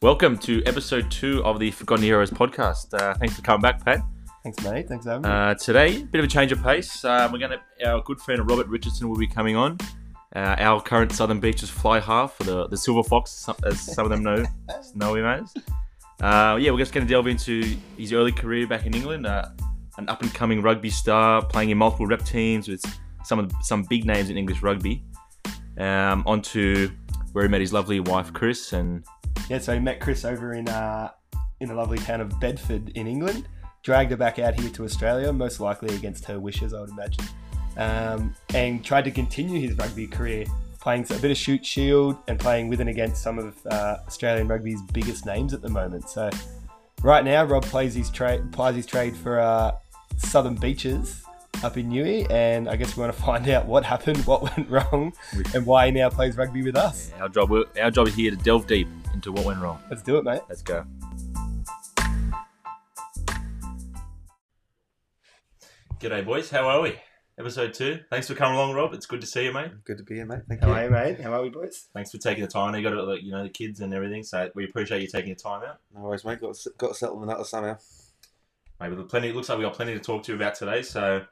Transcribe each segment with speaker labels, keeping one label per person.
Speaker 1: Welcome to episode two of the Forgotten Heroes podcast. Uh, thanks for coming back, Pat.
Speaker 2: Thanks, mate. Thanks, Adam.
Speaker 1: Uh, today, a bit of a change of pace. Uh, we're going to our good friend Robert Richardson will be coming on. Uh, our current Southern Beaches fly half, or the, the Silver Fox, some- as some of them know know him as. Uh, yeah, we're just going to delve into his early career back in England, uh, an up and coming rugby star playing in multiple rep teams with some of the- some big names in English rugby. Um, on to where he met his lovely wife Chris, and
Speaker 2: Yeah, so he met Chris over in uh, in the lovely town of Bedford in England. Dragged her back out here to Australia, most likely against her wishes, I would imagine. Um, and tried to continue his rugby career, playing a bit of shoot shield and playing with and against some of uh, Australian rugby's biggest names at the moment. So right now, Rob plays his trade plays his trade for uh, Southern Beaches up in Newey, and I guess we want to find out what happened, what went wrong, and why he now plays rugby with us.
Speaker 1: our job our job is here to delve deep into what went wrong.
Speaker 2: Let's do it, mate.
Speaker 1: Let's go. G'day, boys. How are we? Episode two. Thanks for coming along, Rob. It's good to see you, mate.
Speaker 3: Good to be here, mate. Thank
Speaker 2: How
Speaker 3: you.
Speaker 2: are you, mate? How are we, boys?
Speaker 1: Thanks for taking the time. You got to, you know, the kids and everything. So we appreciate you taking your time out.
Speaker 3: No worries, mate. Got to, got to settle the nutter somehow.
Speaker 1: Mate, we've got plenty. It looks like we got plenty to talk to you about today. So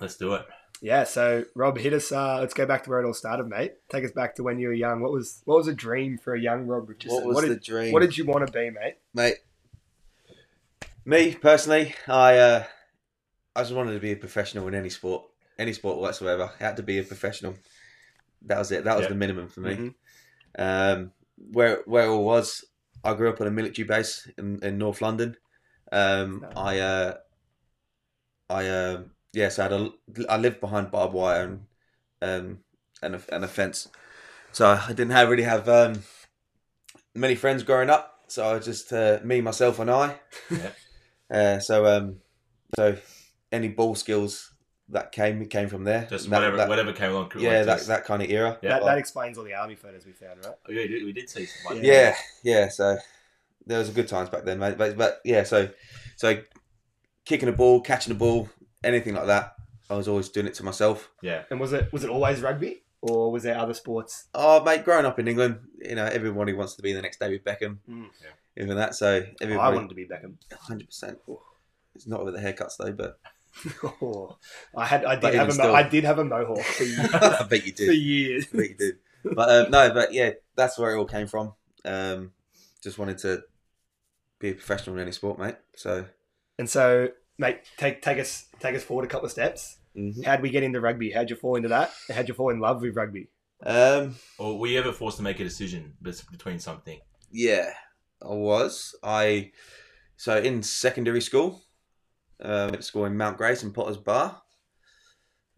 Speaker 1: let's do it.
Speaker 2: Yeah, so Rob, hit us. Uh, let's go back to where it all started, mate. Take us back to when you were young. What was what was a dream for a young Rob Richardson?
Speaker 3: what was
Speaker 2: did,
Speaker 3: the dream,
Speaker 2: What did you want to be, mate?
Speaker 3: mate? Me personally, I uh, I just wanted to be a professional in any sport, any sport whatsoever. I had to be a professional. That was it. That was
Speaker 1: Yeah.
Speaker 3: the minimum for
Speaker 2: Mm-hmm.
Speaker 3: me. Um, where where I was, I grew up on a military base in, in North London. Um,
Speaker 2: Nice.
Speaker 3: I uh, I um, yes, I had a I lived behind barbed wire and um, and a, and a fence, so I didn't have really have um, many friends growing up. So I was just uh, me myself and I.
Speaker 1: Yeah.
Speaker 3: uh, so um, so any ball skills that came came from there.
Speaker 1: Just
Speaker 3: That-
Speaker 1: whatever,
Speaker 3: that-
Speaker 1: whatever came along.
Speaker 3: Yeah,
Speaker 1: like,
Speaker 3: that
Speaker 1: just-
Speaker 3: that kind of era.
Speaker 1: Yeah.
Speaker 2: That, that explains all the army photos we found, right?
Speaker 1: Oh, yeah, we did- we did see. Some, like,
Speaker 3: yeah, yeah. So there was a good times back then, mate. But, but yeah, so so kicking a ball, catching a ball, anything like that. I was always doing it to myself.
Speaker 1: yeah,
Speaker 2: And was it was it always rugby, or was there other sports?
Speaker 3: Oh, mate, growing up in England, you know, everybody wants to be the next David Beckham,
Speaker 2: Mm.
Speaker 3: even that. So
Speaker 2: Oh, I
Speaker 3: everybody,
Speaker 2: wanted to be Beckham.
Speaker 3: hundred percent. It's not with the haircuts though, but
Speaker 2: Oh, I had I
Speaker 3: But
Speaker 2: did have a
Speaker 3: even
Speaker 2: mo-
Speaker 3: still.
Speaker 2: I did have a mohawk for years.
Speaker 3: I bet you
Speaker 2: for
Speaker 3: did.
Speaker 2: years.
Speaker 3: I bet you did. But um, no, but yeah, that's where it all came from. Um, just wanted to be a professional in any sport, mate. So
Speaker 2: And so, mate, take take us take us forward a couple of steps. How'd we get into rugby? How'd you fall into that? How'd you fall in love with rugby?
Speaker 3: um,
Speaker 1: Or were you ever forced to make a decision bes- between something?
Speaker 3: Yeah, I was. I so in secondary school, uh, went to school in Mount Grace and Potter's Bar.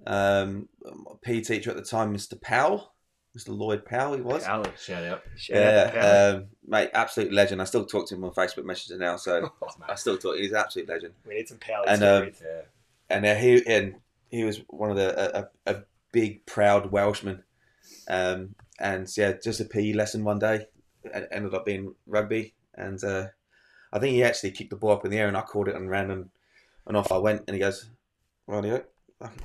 Speaker 3: Um, my PE teacher at the time, Mr. Powell, Mr. Lloyd Powell, he was.
Speaker 2: Alice,
Speaker 1: Shout out.
Speaker 2: shout out to Alice.
Speaker 3: Yeah, um, mate, absolute legend. I still talk to him on Facebook Messenger now, so I still talk. He's an absolute legend,
Speaker 2: we need some power.
Speaker 3: and, um,
Speaker 2: stories.
Speaker 1: Yeah.
Speaker 3: and uh, he and he was one of the a, a, a big proud Welshman. Um, and yeah, just a PE lesson one day, and ended up being rugby. And uh, I think he actually kicked the ball up in the air, and I caught it and ran and, and off I went. And he goes, "Rightio,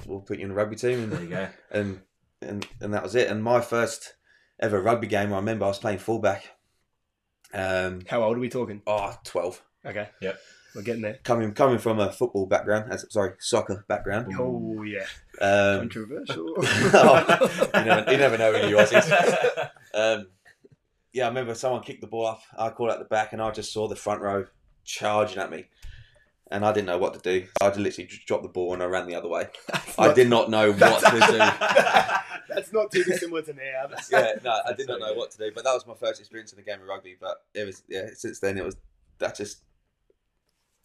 Speaker 3: we'll put you in the rugby team."
Speaker 1: There
Speaker 3: And,
Speaker 1: you go.
Speaker 3: and and and that was it. And my first ever rugby game, I remember I was playing fullback. Um,
Speaker 2: How old are we talking?
Speaker 3: oh, 12.
Speaker 2: Okay.
Speaker 1: Yep.
Speaker 2: We're getting there.
Speaker 3: Coming coming from a football background, as sorry, soccer background.
Speaker 2: Oh yeah.
Speaker 3: Um,
Speaker 2: Controversial.
Speaker 3: you, never, you never know who you are. Um, yeah, I remember someone kicked the ball up. I caught it at the back, and I just saw the front row charging at me, and I didn't know what to do. I just literally just dropped the ball and I ran the other way. I did not know what to do.
Speaker 2: That's not too dissimilar to now. That's-
Speaker 3: Yeah, no, I did
Speaker 2: so
Speaker 3: not know
Speaker 2: good.
Speaker 3: what to do. But that was my first experience in the game of rugby. But it was yeah. Since then, it was that just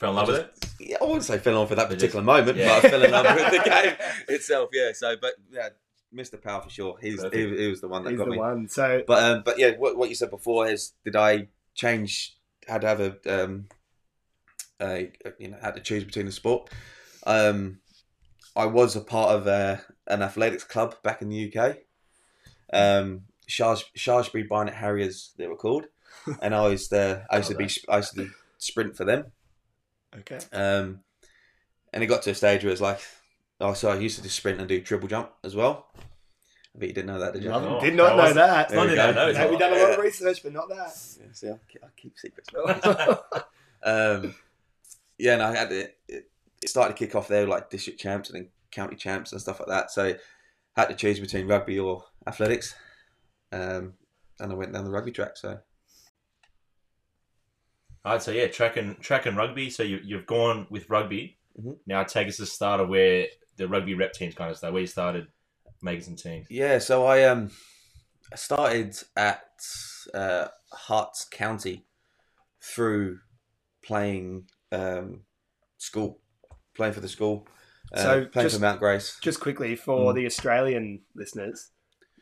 Speaker 1: Fell in love with it.
Speaker 3: yeah. I wouldn't say fell in love with that
Speaker 1: It just-
Speaker 3: particular moment,
Speaker 1: yeah.
Speaker 3: but I fell in love with the game itself. Yeah. So, but yeah, Mr. Powell for sure. He's he,
Speaker 1: Perfect.
Speaker 3: he was the one that
Speaker 2: He's
Speaker 3: got
Speaker 2: the
Speaker 3: me.
Speaker 2: one. So
Speaker 3: But um, but yeah, what, what you said before is, did I change? Had to have a um, a you know had to choose between the sport. Um, I was a part of uh an athletics club back in the UK. Um, Shars- Sharsbury Barnet Harriers, they were called, and I was the I used to be I used to sprint for them.
Speaker 2: okay.
Speaker 3: Um, and it got to a stage where it's like, oh, so I used to just sprint and do triple jump as well. I bet you didn't know that, did you?
Speaker 1: Love it. Oh,
Speaker 2: Did not
Speaker 1: that
Speaker 2: know
Speaker 1: was-
Speaker 2: that.
Speaker 3: There we
Speaker 1: Funny
Speaker 3: go.
Speaker 1: that, no, it's
Speaker 2: Mate, we've done a lot of research, but not that.
Speaker 3: Yeah, see, I keep, I keep secrets. um, yeah, and I had it, it. It started to kick off there, like district champs and then county champs and stuff like that. So I had to choose between rugby or athletics, um, and I went down the rugby track. So
Speaker 1: I'd say yeah, track and track and rugby. So you, you've gone with rugby.
Speaker 2: Mm-hmm.
Speaker 3: Mhm.
Speaker 1: Now take us to the start of where the rugby rep teams kind of start, where you started making some teams.
Speaker 3: yeah, so I um I started at uh, Hearts County through playing um, school, playing for the school, uh,
Speaker 2: So
Speaker 3: playing
Speaker 2: just-
Speaker 3: for Mount Grace.
Speaker 2: Just quickly for
Speaker 3: Mm.
Speaker 2: the Australian listeners,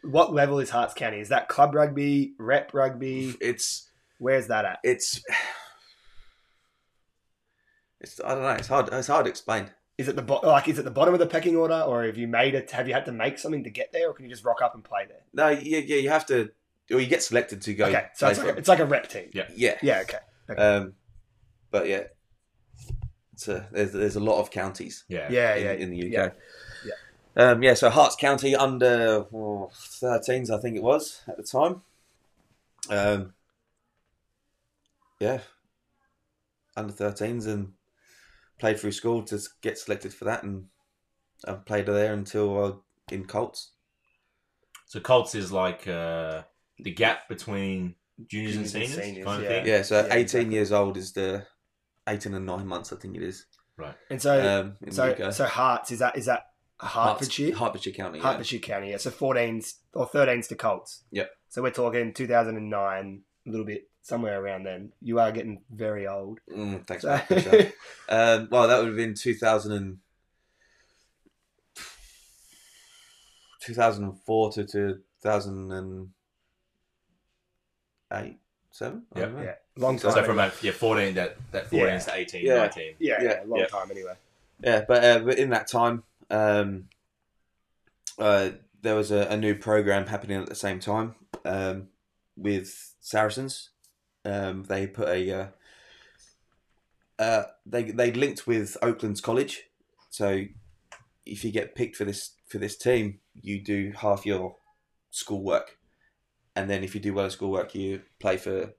Speaker 2: what level is Hearts County? Is that club rugby, rep rugby?
Speaker 3: It's
Speaker 2: Where's that at?
Speaker 3: it's it's I don't know. It's hard. It's hard to explain.
Speaker 2: Is it the bo- like is it the bottom of the pecking order, or have you made it? Have you had to make something to get there, or can you just rock up and play there?
Speaker 3: No, yeah, yeah. You have to, or you get selected to go.
Speaker 2: okay, so
Speaker 3: play
Speaker 2: it's like,
Speaker 3: for
Speaker 2: a, it's like a rep team.
Speaker 1: Yeah.
Speaker 3: them. yeah,
Speaker 2: Yeah. Okay.
Speaker 3: Um, but yeah, it's a, there's there's a lot of counties
Speaker 1: Yeah.
Speaker 2: Yeah.
Speaker 3: in,
Speaker 2: Yeah.
Speaker 3: in the UK.
Speaker 2: yeah,
Speaker 3: Um, yeah, so Hearts County under oh, 13s, I think it was at the time. Um, yeah, under 13s and played through school to s- get selected for that, and I played there until I was in Colts.
Speaker 1: So Colts is like uh, the gap between juniors and
Speaker 2: Juniors and
Speaker 1: seniors,
Speaker 2: seniors,
Speaker 1: kind of
Speaker 2: yeah.
Speaker 1: thing.
Speaker 3: Yeah, so
Speaker 2: Yeah,
Speaker 3: 18
Speaker 2: exactly.
Speaker 3: years old is the 18 and nine months, I think it is.
Speaker 2: And so,
Speaker 3: Um, in the
Speaker 2: so,
Speaker 3: UK.
Speaker 2: so Hearts is that is that Hertfordshire?
Speaker 3: Hertfordshire County. yeah.
Speaker 2: Hertfordshire County. Yeah. So 14s or 13s to Colts.
Speaker 3: Yep.
Speaker 2: So we're talking 2009, a little bit somewhere around then. You are getting very old.
Speaker 3: Mm, thanks,
Speaker 2: So-
Speaker 3: mate, appreciate it. Um, well, that would have been 2000 and 2004 to 2008, seven. I
Speaker 1: Yep.
Speaker 3: don't know.
Speaker 2: yeah. Long
Speaker 3: So
Speaker 2: time.
Speaker 1: So
Speaker 2: ago.
Speaker 1: from about yeah, fourteen that that
Speaker 2: Yeah.
Speaker 1: fourteen to 18,
Speaker 3: Yeah.
Speaker 1: 19.
Speaker 2: yeah, yeah,
Speaker 3: yeah,
Speaker 2: long
Speaker 3: yeah.
Speaker 2: time anyway.
Speaker 3: Yeah, but, uh, but in that time, um, uh, there was a, a new program happening at the same time um, with Saracens. Um, they put a uh, uh, they they linked with Oakland's college, so if you get picked for this for this team, you do half your schoolwork, and then if you do well at schoolwork, you play for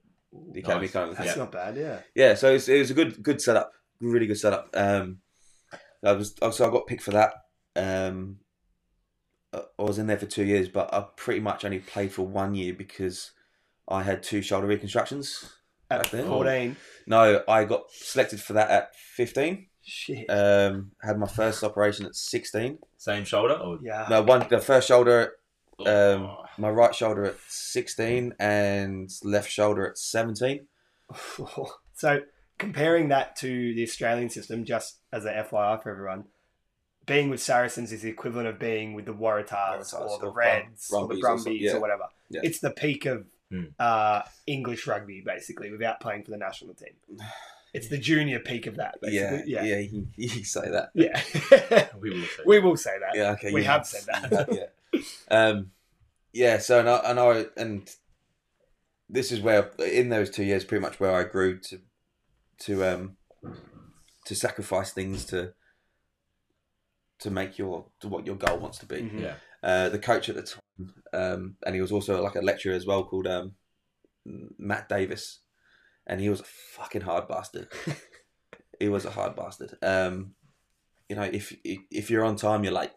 Speaker 3: the academy
Speaker 1: Nice.
Speaker 3: kind of thing
Speaker 2: That's
Speaker 1: Yeah.
Speaker 2: not bad. Yeah.
Speaker 3: yeah, so it's, it was a good good setup, really good setup. Um, I was so I got picked for that. Um, I I was in there for two years, but I pretty much only played for one year because I had two shoulder reconstructions.
Speaker 2: At
Speaker 3: Back then?
Speaker 2: 14.
Speaker 3: No, I got selected for that at fifteen.
Speaker 2: Shit.
Speaker 3: Um, had my first operation at sixteen.
Speaker 1: Same shoulder or
Speaker 2: yeah.
Speaker 3: No, one the first shoulder, um,
Speaker 1: Oh.
Speaker 3: my right shoulder at sixteen, and left shoulder at seventeen.
Speaker 2: so comparing that to the Australian system, just as a FYI for everyone, being with Saracens is the equivalent of being with the Waratahs,
Speaker 3: Waratahs
Speaker 2: or the
Speaker 3: or
Speaker 2: Reds
Speaker 3: Brum-
Speaker 2: or the
Speaker 3: Brumbies or
Speaker 2: Brumbies or,
Speaker 3: something, yeah.
Speaker 2: whatever.
Speaker 3: Yeah.
Speaker 2: It's the peak of
Speaker 1: Hmm.
Speaker 2: uh, English rugby, basically, without playing for the national team. It's the junior peak of that,
Speaker 3: Yeah,
Speaker 2: basically.
Speaker 3: yeah,
Speaker 2: Yeah.
Speaker 3: yeah. You, you say that.
Speaker 2: Yeah.
Speaker 1: We will say.
Speaker 2: we will say that.
Speaker 3: Yeah, okay.
Speaker 2: we
Speaker 3: you
Speaker 2: have said that.
Speaker 3: You have, yeah. Um, yeah. So and I, and I and this is where in those two years, pretty much where I grew to to um to sacrifice things to to make your to what your goal wants to be.
Speaker 2: Mhm.
Speaker 1: Yeah.
Speaker 3: Uh, the coach at the time, um, and he was also like a lecturer as well, called um, Matt Davis, and he was a fucking hard bastard. he was a hard bastard. Um, you know, if if you're on time, you're late.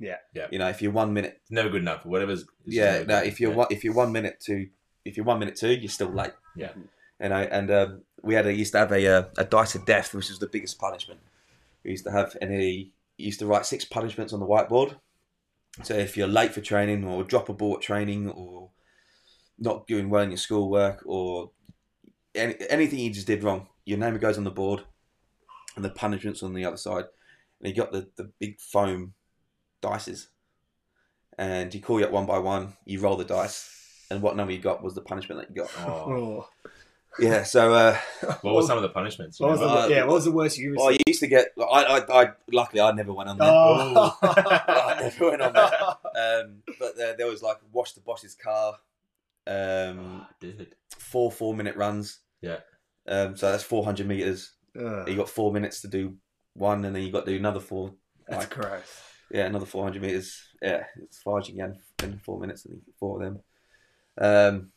Speaker 2: Yeah.
Speaker 1: Yeah.
Speaker 3: You know, if you're one minute,
Speaker 1: Never good enough. Whatever's it's just
Speaker 3: yeah.
Speaker 1: never
Speaker 3: No,
Speaker 1: good
Speaker 3: if you're
Speaker 1: enough.
Speaker 3: one, if you're one minute to, if you're one minute two, you're still late.
Speaker 1: Yeah.
Speaker 3: You know, and um, we had a used to have a uh, a dice of death, which was the biggest punishment. We used to have, and he used to write six punishments on the whiteboard. So if you're late for training, or drop a ball at training, or not doing well in your schoolwork, or any, anything you just did wrong, your name goes on the board, and the punishments on the other side. And he got the the big foam dices, and you call you up one by one. You roll the dice, and what number you got was the punishment that you got.
Speaker 1: Oh.
Speaker 2: Oh.
Speaker 3: Yeah. So. Uh,
Speaker 1: What were some of the punishments? you
Speaker 2: What was the,
Speaker 1: know?
Speaker 3: Uh,
Speaker 2: yeah, what was the worst you
Speaker 3: Well, I
Speaker 2: received?
Speaker 3: used to get. I, I, I luckily I never went on that.
Speaker 2: Oh.
Speaker 3: I never went on that. Um, but there, there was like wash the boss's car, um,
Speaker 1: Ah, dude.
Speaker 3: four four minute runs.
Speaker 1: Yeah.
Speaker 3: Um, so that's four hundred meters.
Speaker 2: Ugh,
Speaker 3: You got four minutes to do one, and then you got to do another four.
Speaker 2: that's
Speaker 3: like-
Speaker 2: gross.
Speaker 3: yeah, another 400 meters. Yeah, it's Farge again in four minutes. I think four of them. Um,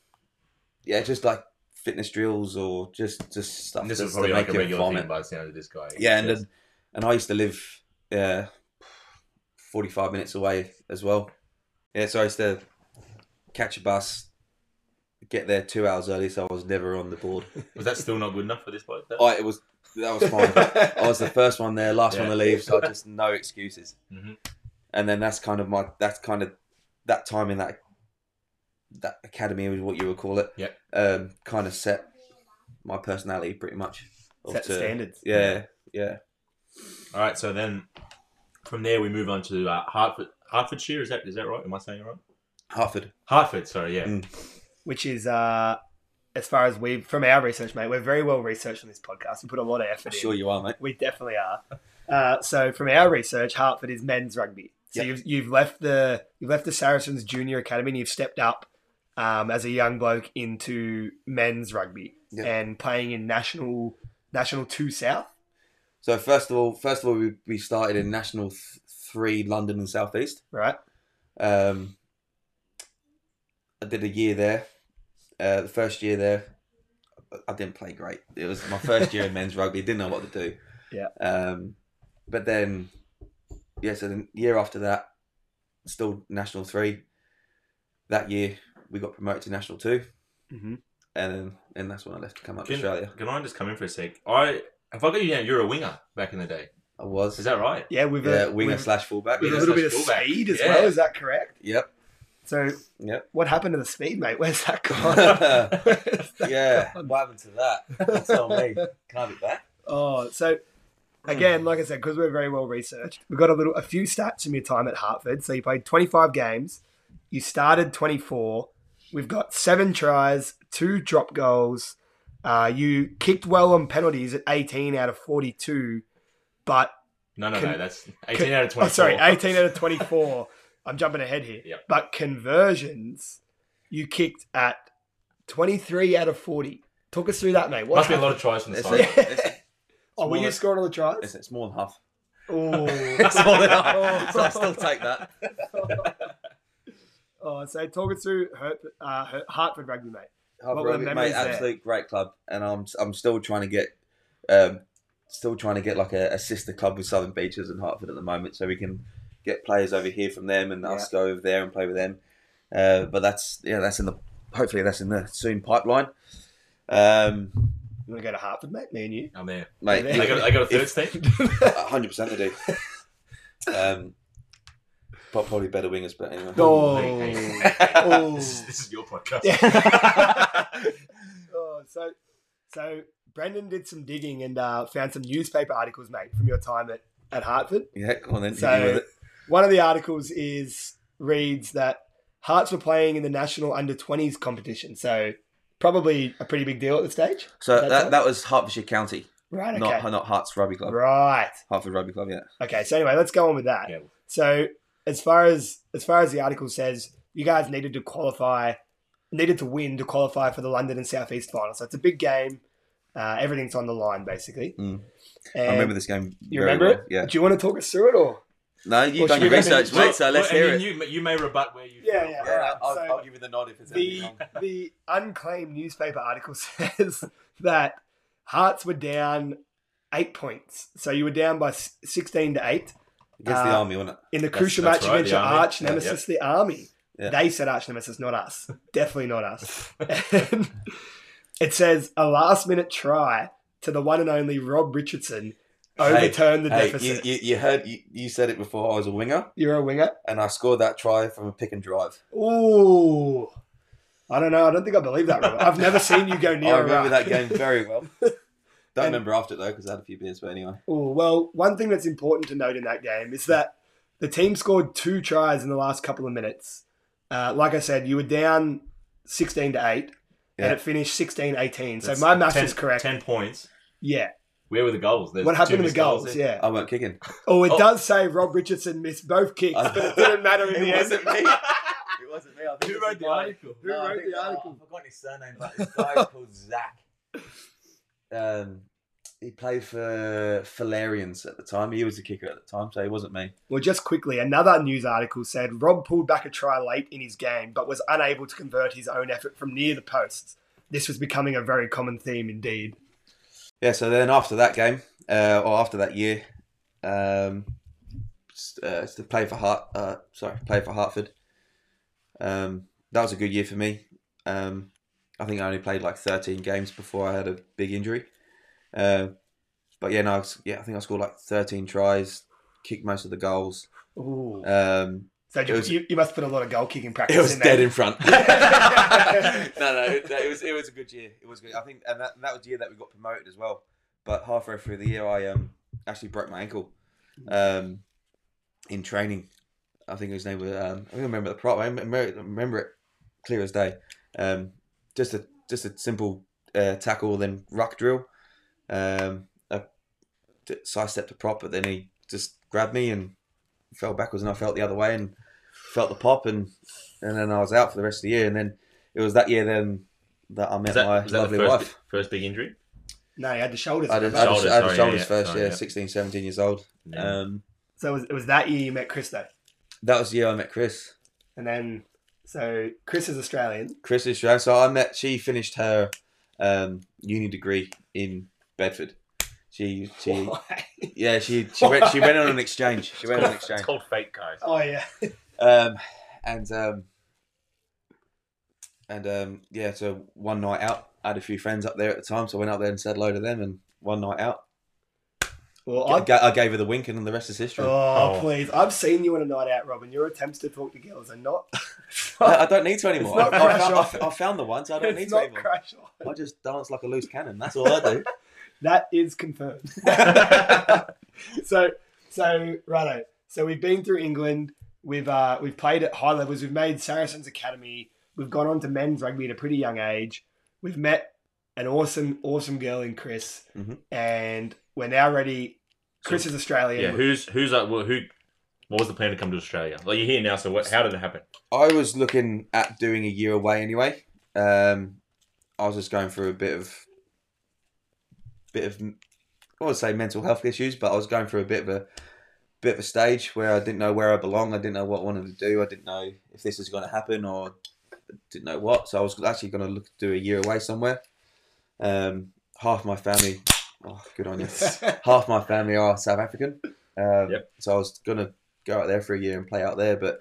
Speaker 3: yeah, just like fitness drills or just just stuff.
Speaker 4: And this is
Speaker 3: that's-
Speaker 4: probably
Speaker 3: that
Speaker 4: like
Speaker 3: make
Speaker 4: a
Speaker 3: you
Speaker 4: regular
Speaker 3: vomit.
Speaker 4: thing by the sound of this guy.
Speaker 3: Yeah, and
Speaker 4: It's
Speaker 3: then, and I used to live uh, 45 minutes away as well. Yeah, so I used to catch a bus, get there two hours early, so I was never on the board.
Speaker 4: just-
Speaker 1: Was that still not good enough for this bloke?
Speaker 3: I it was that was fine. I was the first one there, last one to
Speaker 4: Yeah. Mm-hmm.
Speaker 3: leave, so I just no excuses.
Speaker 1: Mhm.
Speaker 3: And then that's kind of my that's kind of that time in that that academy was what you would call it.
Speaker 4: Yeah.
Speaker 3: Um, kind of set my personality pretty much. Or
Speaker 2: Set
Speaker 3: to-
Speaker 2: standards.
Speaker 3: Yeah, yeah.
Speaker 1: All right, so then from there we move on to uh, Hartford, Hertfordshire. Is that is that right? Am I saying it right?
Speaker 3: Hartford.
Speaker 1: Hartford, sorry, yeah.
Speaker 3: Mm.
Speaker 2: Which is, uh, as far as we, from our research, mate, we're very well researched on this podcast. We put a lot of
Speaker 3: I'm
Speaker 2: effort in.
Speaker 3: sure you are, mate.
Speaker 2: We definitely are. Uh, so from our research, Hartford is men's rugby. So
Speaker 3: Yep.
Speaker 2: you've, you've left the you've left the Saracens junior academy and you've stepped up um, as a young bloke into men's rugby
Speaker 3: Yep.
Speaker 2: and playing in national national two south.
Speaker 3: So first of all, first of all, we, we started in National th- Three, London and Southeast.
Speaker 2: Right,
Speaker 3: Um, I did a year there. Uh, the first year there, I- I didn't play great. It was my first year in men's rugby. Didn't know what to do.
Speaker 2: Yeah.
Speaker 3: Um, but then, yeah. So the year after that, still national three. That year, we got promoted to national two,
Speaker 2: mm-hmm.
Speaker 3: and then and that's when I left to come up to
Speaker 1: Can-
Speaker 3: Australia.
Speaker 1: Can I just come in for a sec? I if I got you down, you're a winger back in the day.
Speaker 3: I was
Speaker 1: Is that right?
Speaker 2: yeah, with
Speaker 3: yeah,
Speaker 2: a
Speaker 3: winger
Speaker 2: with,
Speaker 3: slash fullback.
Speaker 2: with a
Speaker 1: winger
Speaker 2: little bit
Speaker 1: slash
Speaker 2: of
Speaker 1: fullback.
Speaker 2: speed as
Speaker 1: Yeah.
Speaker 2: well. Is that correct?
Speaker 3: Yep.
Speaker 2: So
Speaker 3: Yep.
Speaker 2: what happened to the speed, mate? Where's that gone? Where's that
Speaker 3: yeah.
Speaker 2: gone?
Speaker 3: What happened to that? Tell me. Can I be back?
Speaker 2: Oh, so again, like I said, because we're very well researched, we've got a little, a few stats from your time at Hartford. So you played 25 games, you started 24. We've got seven tries, two drop goals. Uh, you kicked well on penalties at 18 out of 42, but
Speaker 1: No, no, no.
Speaker 2: Can-
Speaker 1: That's 18 out of 24.
Speaker 2: oh, sorry, 18 out of 24. I'm jumping ahead here,
Speaker 1: Yep.
Speaker 2: but conversions you kicked at 23 out of 40. Talk us through that, mate. What
Speaker 1: Must be a
Speaker 2: happened?
Speaker 1: lot of tries from the
Speaker 3: It's
Speaker 1: side.
Speaker 3: a- it's a-
Speaker 2: Oh, were you
Speaker 3: smaller-
Speaker 2: scoring all the tries?
Speaker 3: It's, it's more than half.
Speaker 2: Oh,
Speaker 3: It's more than half. So I still take that.
Speaker 2: Oh, so talk us through Hert, uh, Hert- Hartford rugby, mate.
Speaker 3: Half
Speaker 2: What were the
Speaker 3: rugby, mate,
Speaker 2: memories there?
Speaker 3: absolute great club, and I'm I'm still trying to get, um, still trying to get like a, a sister club with Southern Beaches and Hartford at the moment, so we can get players over here from them and us go over there and play with them. Uh, but that's yeah, that's in the hopefully that's in the soon pipeline. Um,
Speaker 2: You want to go to Hartford, mate? Me and you.
Speaker 1: I'm there.
Speaker 3: mate,
Speaker 1: I got, I got a third
Speaker 3: If-
Speaker 1: team.
Speaker 3: hundred percent they do. Um, but probably better wingers, but anyway.
Speaker 2: Oh.
Speaker 1: Hey, hey, hey.
Speaker 2: Oh.
Speaker 1: This, is- this is your podcast.
Speaker 2: oh, so, so Brendan did some digging and uh, found some newspaper articles, mate, from your time at, at Hartford.
Speaker 3: Yeah, go on then.
Speaker 2: So-
Speaker 3: hit me with it.
Speaker 2: One of the articles is reads that Hearts were playing in the national under 20s competition. So, probably a pretty big deal at the stage.
Speaker 3: So
Speaker 2: That's it?
Speaker 3: that, that was Hertfordshire County,
Speaker 2: Right. Okay.
Speaker 3: not not Hearts Rugby Club.
Speaker 2: right.
Speaker 3: Hartford Rugby Club, yeah.
Speaker 2: Okay, so anyway, let's go on with that.
Speaker 1: Yeah.
Speaker 2: So as far as as far as the article says, you guys needed to qualify, needed to win to qualify for the London and Southeast final. So it's a big game. Uh, everything's on the line, basically.
Speaker 3: Mm.
Speaker 2: And
Speaker 3: I remember this game.
Speaker 2: You
Speaker 3: very
Speaker 2: remember
Speaker 3: well,
Speaker 2: it?
Speaker 3: Yeah.
Speaker 2: Do you want to talk us through it or?
Speaker 3: No, you've
Speaker 2: Well,
Speaker 3: done
Speaker 2: should
Speaker 3: your
Speaker 2: we go
Speaker 3: research,
Speaker 2: back-
Speaker 3: mate. So let's
Speaker 1: well,
Speaker 3: hear
Speaker 1: and
Speaker 3: it.
Speaker 1: then You, you may rebut where you.
Speaker 2: Yeah, yeah. Alright, so-
Speaker 3: give you the nod if it's
Speaker 2: The- the unclaimed newspaper article says that Hearts were down eight points. So you were down by s- sixteen to eight.
Speaker 3: Against the
Speaker 2: uh,
Speaker 3: army, wasn't
Speaker 2: in the
Speaker 1: That's-
Speaker 2: crucial
Speaker 1: that's
Speaker 2: match
Speaker 1: right,
Speaker 2: against
Speaker 1: the
Speaker 2: your
Speaker 1: Army.
Speaker 2: arch
Speaker 1: Yeah,
Speaker 2: nemesis, the army.
Speaker 3: Yeah.
Speaker 2: They said arch nemesis, not us. Definitely not us. And it says a last minute try to the one and only Rob Richardson overturned
Speaker 3: it?
Speaker 2: the
Speaker 3: Hey, you,
Speaker 2: deficit.
Speaker 3: you, you heard you, you said it before. I was a winger,
Speaker 2: you, are a winger.
Speaker 3: and I scored that try from a pick and drive.
Speaker 2: Ooh. I don't know. I don't think I believe that, Robert. I've never seen you go near
Speaker 3: I
Speaker 2: a
Speaker 3: remember
Speaker 2: ruck.
Speaker 3: that game very well. Don't
Speaker 2: And-
Speaker 3: remember after it though, because I had a few beers. But anyway,
Speaker 2: Ooh, well, one thing that's important to note in that game is that the team scored two tries in the last couple of minutes. Uh, like I said, you were down 16 to 8,
Speaker 3: Yeah.
Speaker 2: and it finished 16 18. So
Speaker 1: That's
Speaker 2: my math
Speaker 1: ten-
Speaker 2: is correct.
Speaker 1: 10 points.
Speaker 2: Yeah.
Speaker 1: Where were the goals? There's
Speaker 2: what
Speaker 1: two
Speaker 2: happened to the
Speaker 1: missed
Speaker 2: goals?
Speaker 1: there.
Speaker 2: yeah.
Speaker 3: I weren't kicking.
Speaker 2: Oh, it
Speaker 1: Oh.
Speaker 2: does say Rob Richardson missed both kicks,
Speaker 3: I-
Speaker 2: but it didn't matter in
Speaker 3: It
Speaker 2: the end.
Speaker 3: wasn't me. It wasn't me. I think
Speaker 1: Who
Speaker 3: it was
Speaker 1: wrote
Speaker 3: a
Speaker 1: the
Speaker 3: guy-
Speaker 1: article?
Speaker 2: Who
Speaker 3: I
Speaker 2: wrote
Speaker 3: think-
Speaker 2: the
Speaker 3: oh,
Speaker 2: article?
Speaker 3: I've forgotten his surname, but this guy is called Zach. Um, he played for Falerians at the time. He was the kicker at the time, so he wasn't me.
Speaker 2: Well, just quickly, another news article said Rob pulled back a try late in his game, but was unable to convert his own effort from near the posts. This was becoming a very common theme indeed.
Speaker 3: Yeah, so then after that game, uh, or after that year, um, s- uh, to play for Hart, uh, sorry, play for Hartford. Um, that was a good year for me. Um, I think I only played like 13 games before I had a big injury. Uh, but yeah, no, I was- yeah, I think I scored like 13 tries, kicked most of the goals.
Speaker 2: Ooh.
Speaker 3: Um,
Speaker 2: so you,
Speaker 3: was-
Speaker 2: you, you must put a lot of goal kicking practice
Speaker 3: it was
Speaker 2: in there.
Speaker 3: dead in front. no, no, it, it was it was a good year. It was good. I think, and that, that was the year that we got promoted as well. But halfway through the year, I um actually broke my ankle, um, in training. I think his name was um I think I remember the prop. I remember, remember it clear as day. Um, just a just a simple uh, tackle, then ruck drill. Um, I d- sidestepped the prop, but then he just grabbed me and fell backwards, and I felt the other way and felt the pop, and and then I was out for the rest of the year. And then it was that year then that I met
Speaker 1: Is that,
Speaker 3: my
Speaker 1: is that
Speaker 3: lovely
Speaker 1: the first,
Speaker 3: wife.
Speaker 1: first big injury?
Speaker 2: No, you had the shoulders.
Speaker 3: I had, I had,
Speaker 2: remember?
Speaker 1: Shoulders,
Speaker 3: I had
Speaker 1: sorry, yeah,
Speaker 3: shoulders
Speaker 1: yeah,
Speaker 3: first,
Speaker 1: sorry,
Speaker 3: yeah,
Speaker 1: yeah.
Speaker 3: sixteen, seventeen 16, 17 years old.
Speaker 2: Uh,
Speaker 3: Um,
Speaker 2: So it was, it was that year you met Christo.
Speaker 3: that was the year I met Chris.
Speaker 2: And then, so Chris is Australian.
Speaker 3: Chris is Australian. So I met. She finished her um, uni degree in Bedford. She, she, yeah, she, she went. She went on an exchange. She went on an exchange.
Speaker 1: It's called fake, guys.
Speaker 2: oh, yeah.
Speaker 3: Um, and um, and um, yeah. So one night out, I had a few friends up there at the time, so I went up there and said hello to them. And one night out,
Speaker 2: Well,
Speaker 3: I,
Speaker 2: I've,
Speaker 3: ga- I gave her the wink, and then the rest is history.
Speaker 2: oh,
Speaker 1: Oh.
Speaker 2: please. I've seen you on a night out, Robin. Your attempts to talk to girls are not.
Speaker 3: I, I don't need to anymore. I,
Speaker 2: not
Speaker 3: I, found, I,
Speaker 2: crush
Speaker 3: f- I found the ones. I don't need
Speaker 2: it's
Speaker 3: to
Speaker 2: not
Speaker 3: anymore.
Speaker 2: crash on.
Speaker 3: I just dance like a loose cannon. That's all I do.
Speaker 2: That is confirmed. so, so righto. So we've been through England. We've uh, we've played at high levels. We've made Saracens Academy. We've gone on to men's rugby at a pretty young age. We've met an awesome, awesome girl in Chris,
Speaker 3: Mhm.
Speaker 2: and we're now ready. Chris is Australian.
Speaker 1: Yeah, who's who's like well, who? What was the plan to come to Australia? Like you're here now, so what? How did it happen?
Speaker 3: I was looking at doing a year away anyway. Um, I was just going through a bit of, bit of, I would say mental health issues, but I was going through a bit of a, bit of a stage where I didn't know where I belong. I didn't know what I wanted to do. I didn't know if this was going to happen or didn't know what. So I was actually going to look do a year away somewhere. Um, half my family, oh, good on you. half my family are South African. Um,
Speaker 1: Yep.
Speaker 3: So I was gonna go out there for a year and play out there, but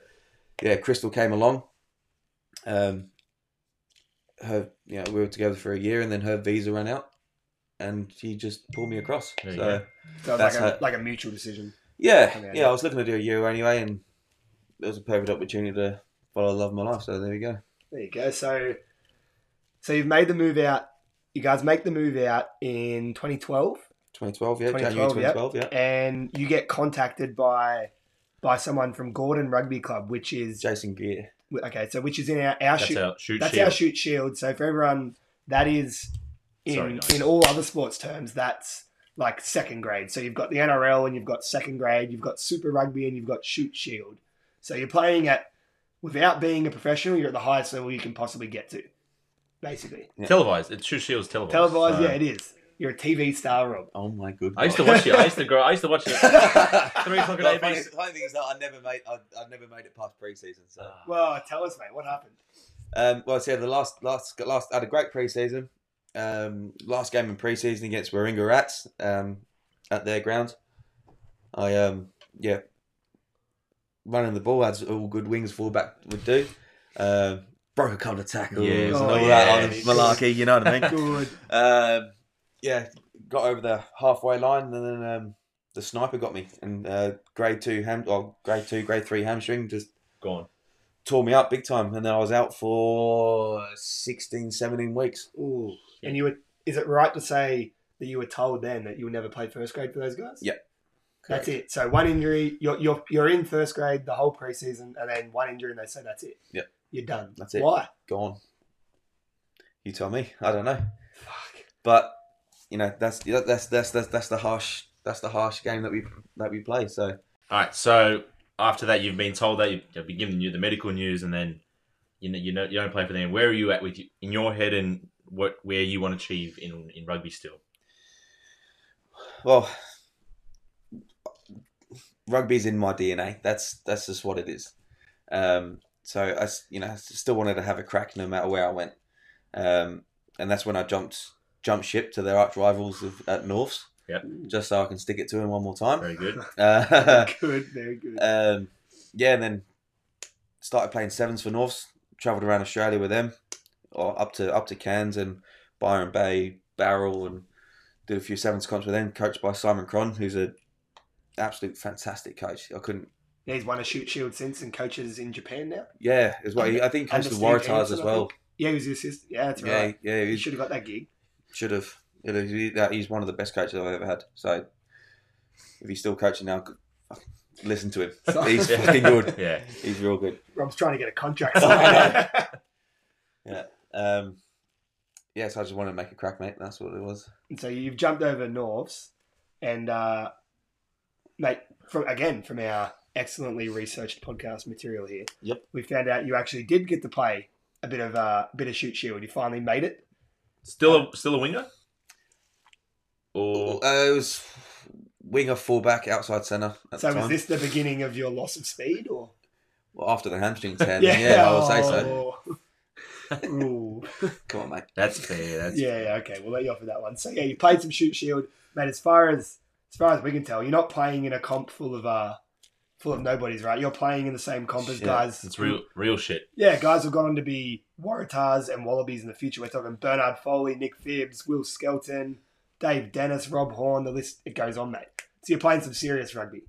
Speaker 3: yeah, Crystal came along. Um, her, you know, we were together for a year, and then her visa ran out, and she just pulled me across.
Speaker 1: There you
Speaker 3: so
Speaker 1: go.
Speaker 2: so it's
Speaker 3: that's
Speaker 2: like
Speaker 3: her-
Speaker 2: a, like a mutual decision.
Speaker 3: yeah,
Speaker 2: Okay,
Speaker 3: yeah,
Speaker 2: yeah.
Speaker 3: I was looking to do a year anyway, and it was a perfect opportunity to follow the love of my life. So there you go.
Speaker 2: There you go. So, so you've made the move out. You guys make the move out in 2012.
Speaker 3: 2012, yeah,
Speaker 2: 2012, yep.
Speaker 3: January 2012, yeah.
Speaker 2: and you get contacted by by someone from Gordon Rugby Club, which is
Speaker 3: Jason Gear.
Speaker 2: okay. So which is in our, our
Speaker 1: That's
Speaker 2: shoot.
Speaker 1: our shoot.
Speaker 2: that's
Speaker 1: shield.
Speaker 2: our shoot shield. So for everyone, that is in
Speaker 1: Sorry, guys.
Speaker 2: in all other sports terms, that's like second grade. So you've got the NRL and you've got second grade. You've got Super Rugby and you've got shoot shield. So you're playing at without being a professional, you're at the highest level you can possibly get to, basically.
Speaker 1: televised. It's shoot shields televised.
Speaker 2: Televised,
Speaker 1: So-
Speaker 2: yeah, it is. You're a TV star, Rob.
Speaker 3: Oh my goodness.
Speaker 1: I used to watch it. I used to grow. I used to watch it. Three o'clock
Speaker 3: Well,
Speaker 1: at
Speaker 3: funny,
Speaker 1: ABC.
Speaker 3: funny thing is that I never made I, I never made it past preseason. So
Speaker 1: Ah.
Speaker 2: Well, tell us, mate, what happened?
Speaker 3: um, well, so yeah, the last last last I had a great preseason. Um, last game in preseason against Warringah Rats um, at their ground. I um yeah, running the ball as all good wings fullback would do. Um, broke a couple of tackles
Speaker 1: Yeah.
Speaker 3: and
Speaker 2: Oh,
Speaker 3: all that
Speaker 1: yes.
Speaker 3: on malarkey. You know what I mean?
Speaker 2: Good.
Speaker 3: Um, yeah, got over the halfway line, and then um, the sniper got me, and uh, grade two ham, well, grade two, grade three hamstring just
Speaker 1: Gone.
Speaker 3: tore me up big time, and then I was out for 16, 17 weeks.
Speaker 2: Ooh. And you were, is it right to say that you were told then that you would never play first grade for those guys?
Speaker 3: Yeah.
Speaker 2: That's it. So one injury, you're, you're, you're in first grade the whole preseason, and then one injury, and they say that's it.
Speaker 3: Yeah.
Speaker 2: You're done.
Speaker 3: That's it.
Speaker 2: Why?
Speaker 3: Gone. You tell me. I don't know,
Speaker 2: Fuck.
Speaker 3: but you know that's that's that's that's that's the harsh that's the harsh game that we that we play. So
Speaker 1: All right. So after that, you've been told that you- you've been given you the medical news, and then you know you know you don't play for them. Where are you at with you, in your head and what where you want to achieve in in rugby still?
Speaker 3: well, rugby's in my DNA. That's that's just what it is. Um, so I, s- you know, I still wanted to have a crack no matter where I went, um, and that's when I jumped jumped ship to their arch rivals of, at Norths.
Speaker 1: Yep.
Speaker 3: Just so I can stick it to him one more time.
Speaker 1: Very good.
Speaker 3: Uh,
Speaker 2: good, very good.
Speaker 3: um, yeah, and then started playing sevens for Norths. Travelled around Australia with them, or up to up to Cairns and Byron Bay, Barrel, and did a few sevens comps with them. Coached by Simon Cron, who's a absolute fantastic coach. I couldn't.
Speaker 2: yeah, he's won a shoot shield since and coaches in Japan now.
Speaker 3: Yeah, as well. He, I think he
Speaker 2: Under
Speaker 3: coached the
Speaker 2: Steve
Speaker 3: Waratahs
Speaker 2: Hansen,
Speaker 3: as
Speaker 2: I
Speaker 3: well.
Speaker 2: think. Yeah, he was the assistant. Yeah, that's
Speaker 3: Yeah,
Speaker 2: right.
Speaker 3: yeah,
Speaker 2: He
Speaker 3: he
Speaker 2: should have got that gig.
Speaker 3: should have. You know, he- that- He's one of the best coaches I've ever had. So if he's still coaching now, fucking listen to him. He's
Speaker 1: Yeah.
Speaker 3: fucking good.
Speaker 1: Yeah.
Speaker 3: He's real good.
Speaker 2: Rob's trying to get a contract.
Speaker 3: I Um, yeah, so I just wanted to make a crack, mate. That's what it was.
Speaker 2: And so you've jumped over Norths, and uh, mate, from again from our excellently researched podcast material here.
Speaker 3: Yep.
Speaker 2: We found out you actually did get to play a bit of uh, a bit of shoot shield. You finally made it.
Speaker 1: Still a still a winger. Or
Speaker 3: Uh, it was winger, fullback, outside centre. At
Speaker 2: so
Speaker 3: the
Speaker 2: was
Speaker 3: time.
Speaker 2: this the beginning of your loss of speed, or
Speaker 3: Well, after the hamstring tear, then, yeah, I would say so.
Speaker 2: Oh. so. Ooh.
Speaker 3: Come on, mate.
Speaker 1: that's fair. That's
Speaker 2: Yeah, yeah, okay, we'll let you off with that one. So yeah, you played some shoot shield, mate. As far as as far as we can tell, you're not playing in a comp full of uh full of nobodies, right? You're playing in the same comp as
Speaker 3: Yeah,
Speaker 2: guys.
Speaker 1: it's real real shit.
Speaker 2: Yeah, guys have gone on to be Waratahs and Wallabies in the future. We're talking Bernard Foley, Nick Phibbs, Will Skelton, Dave Dennis, Rob Horn. The list it goes on, mate. So you're playing some serious rugby.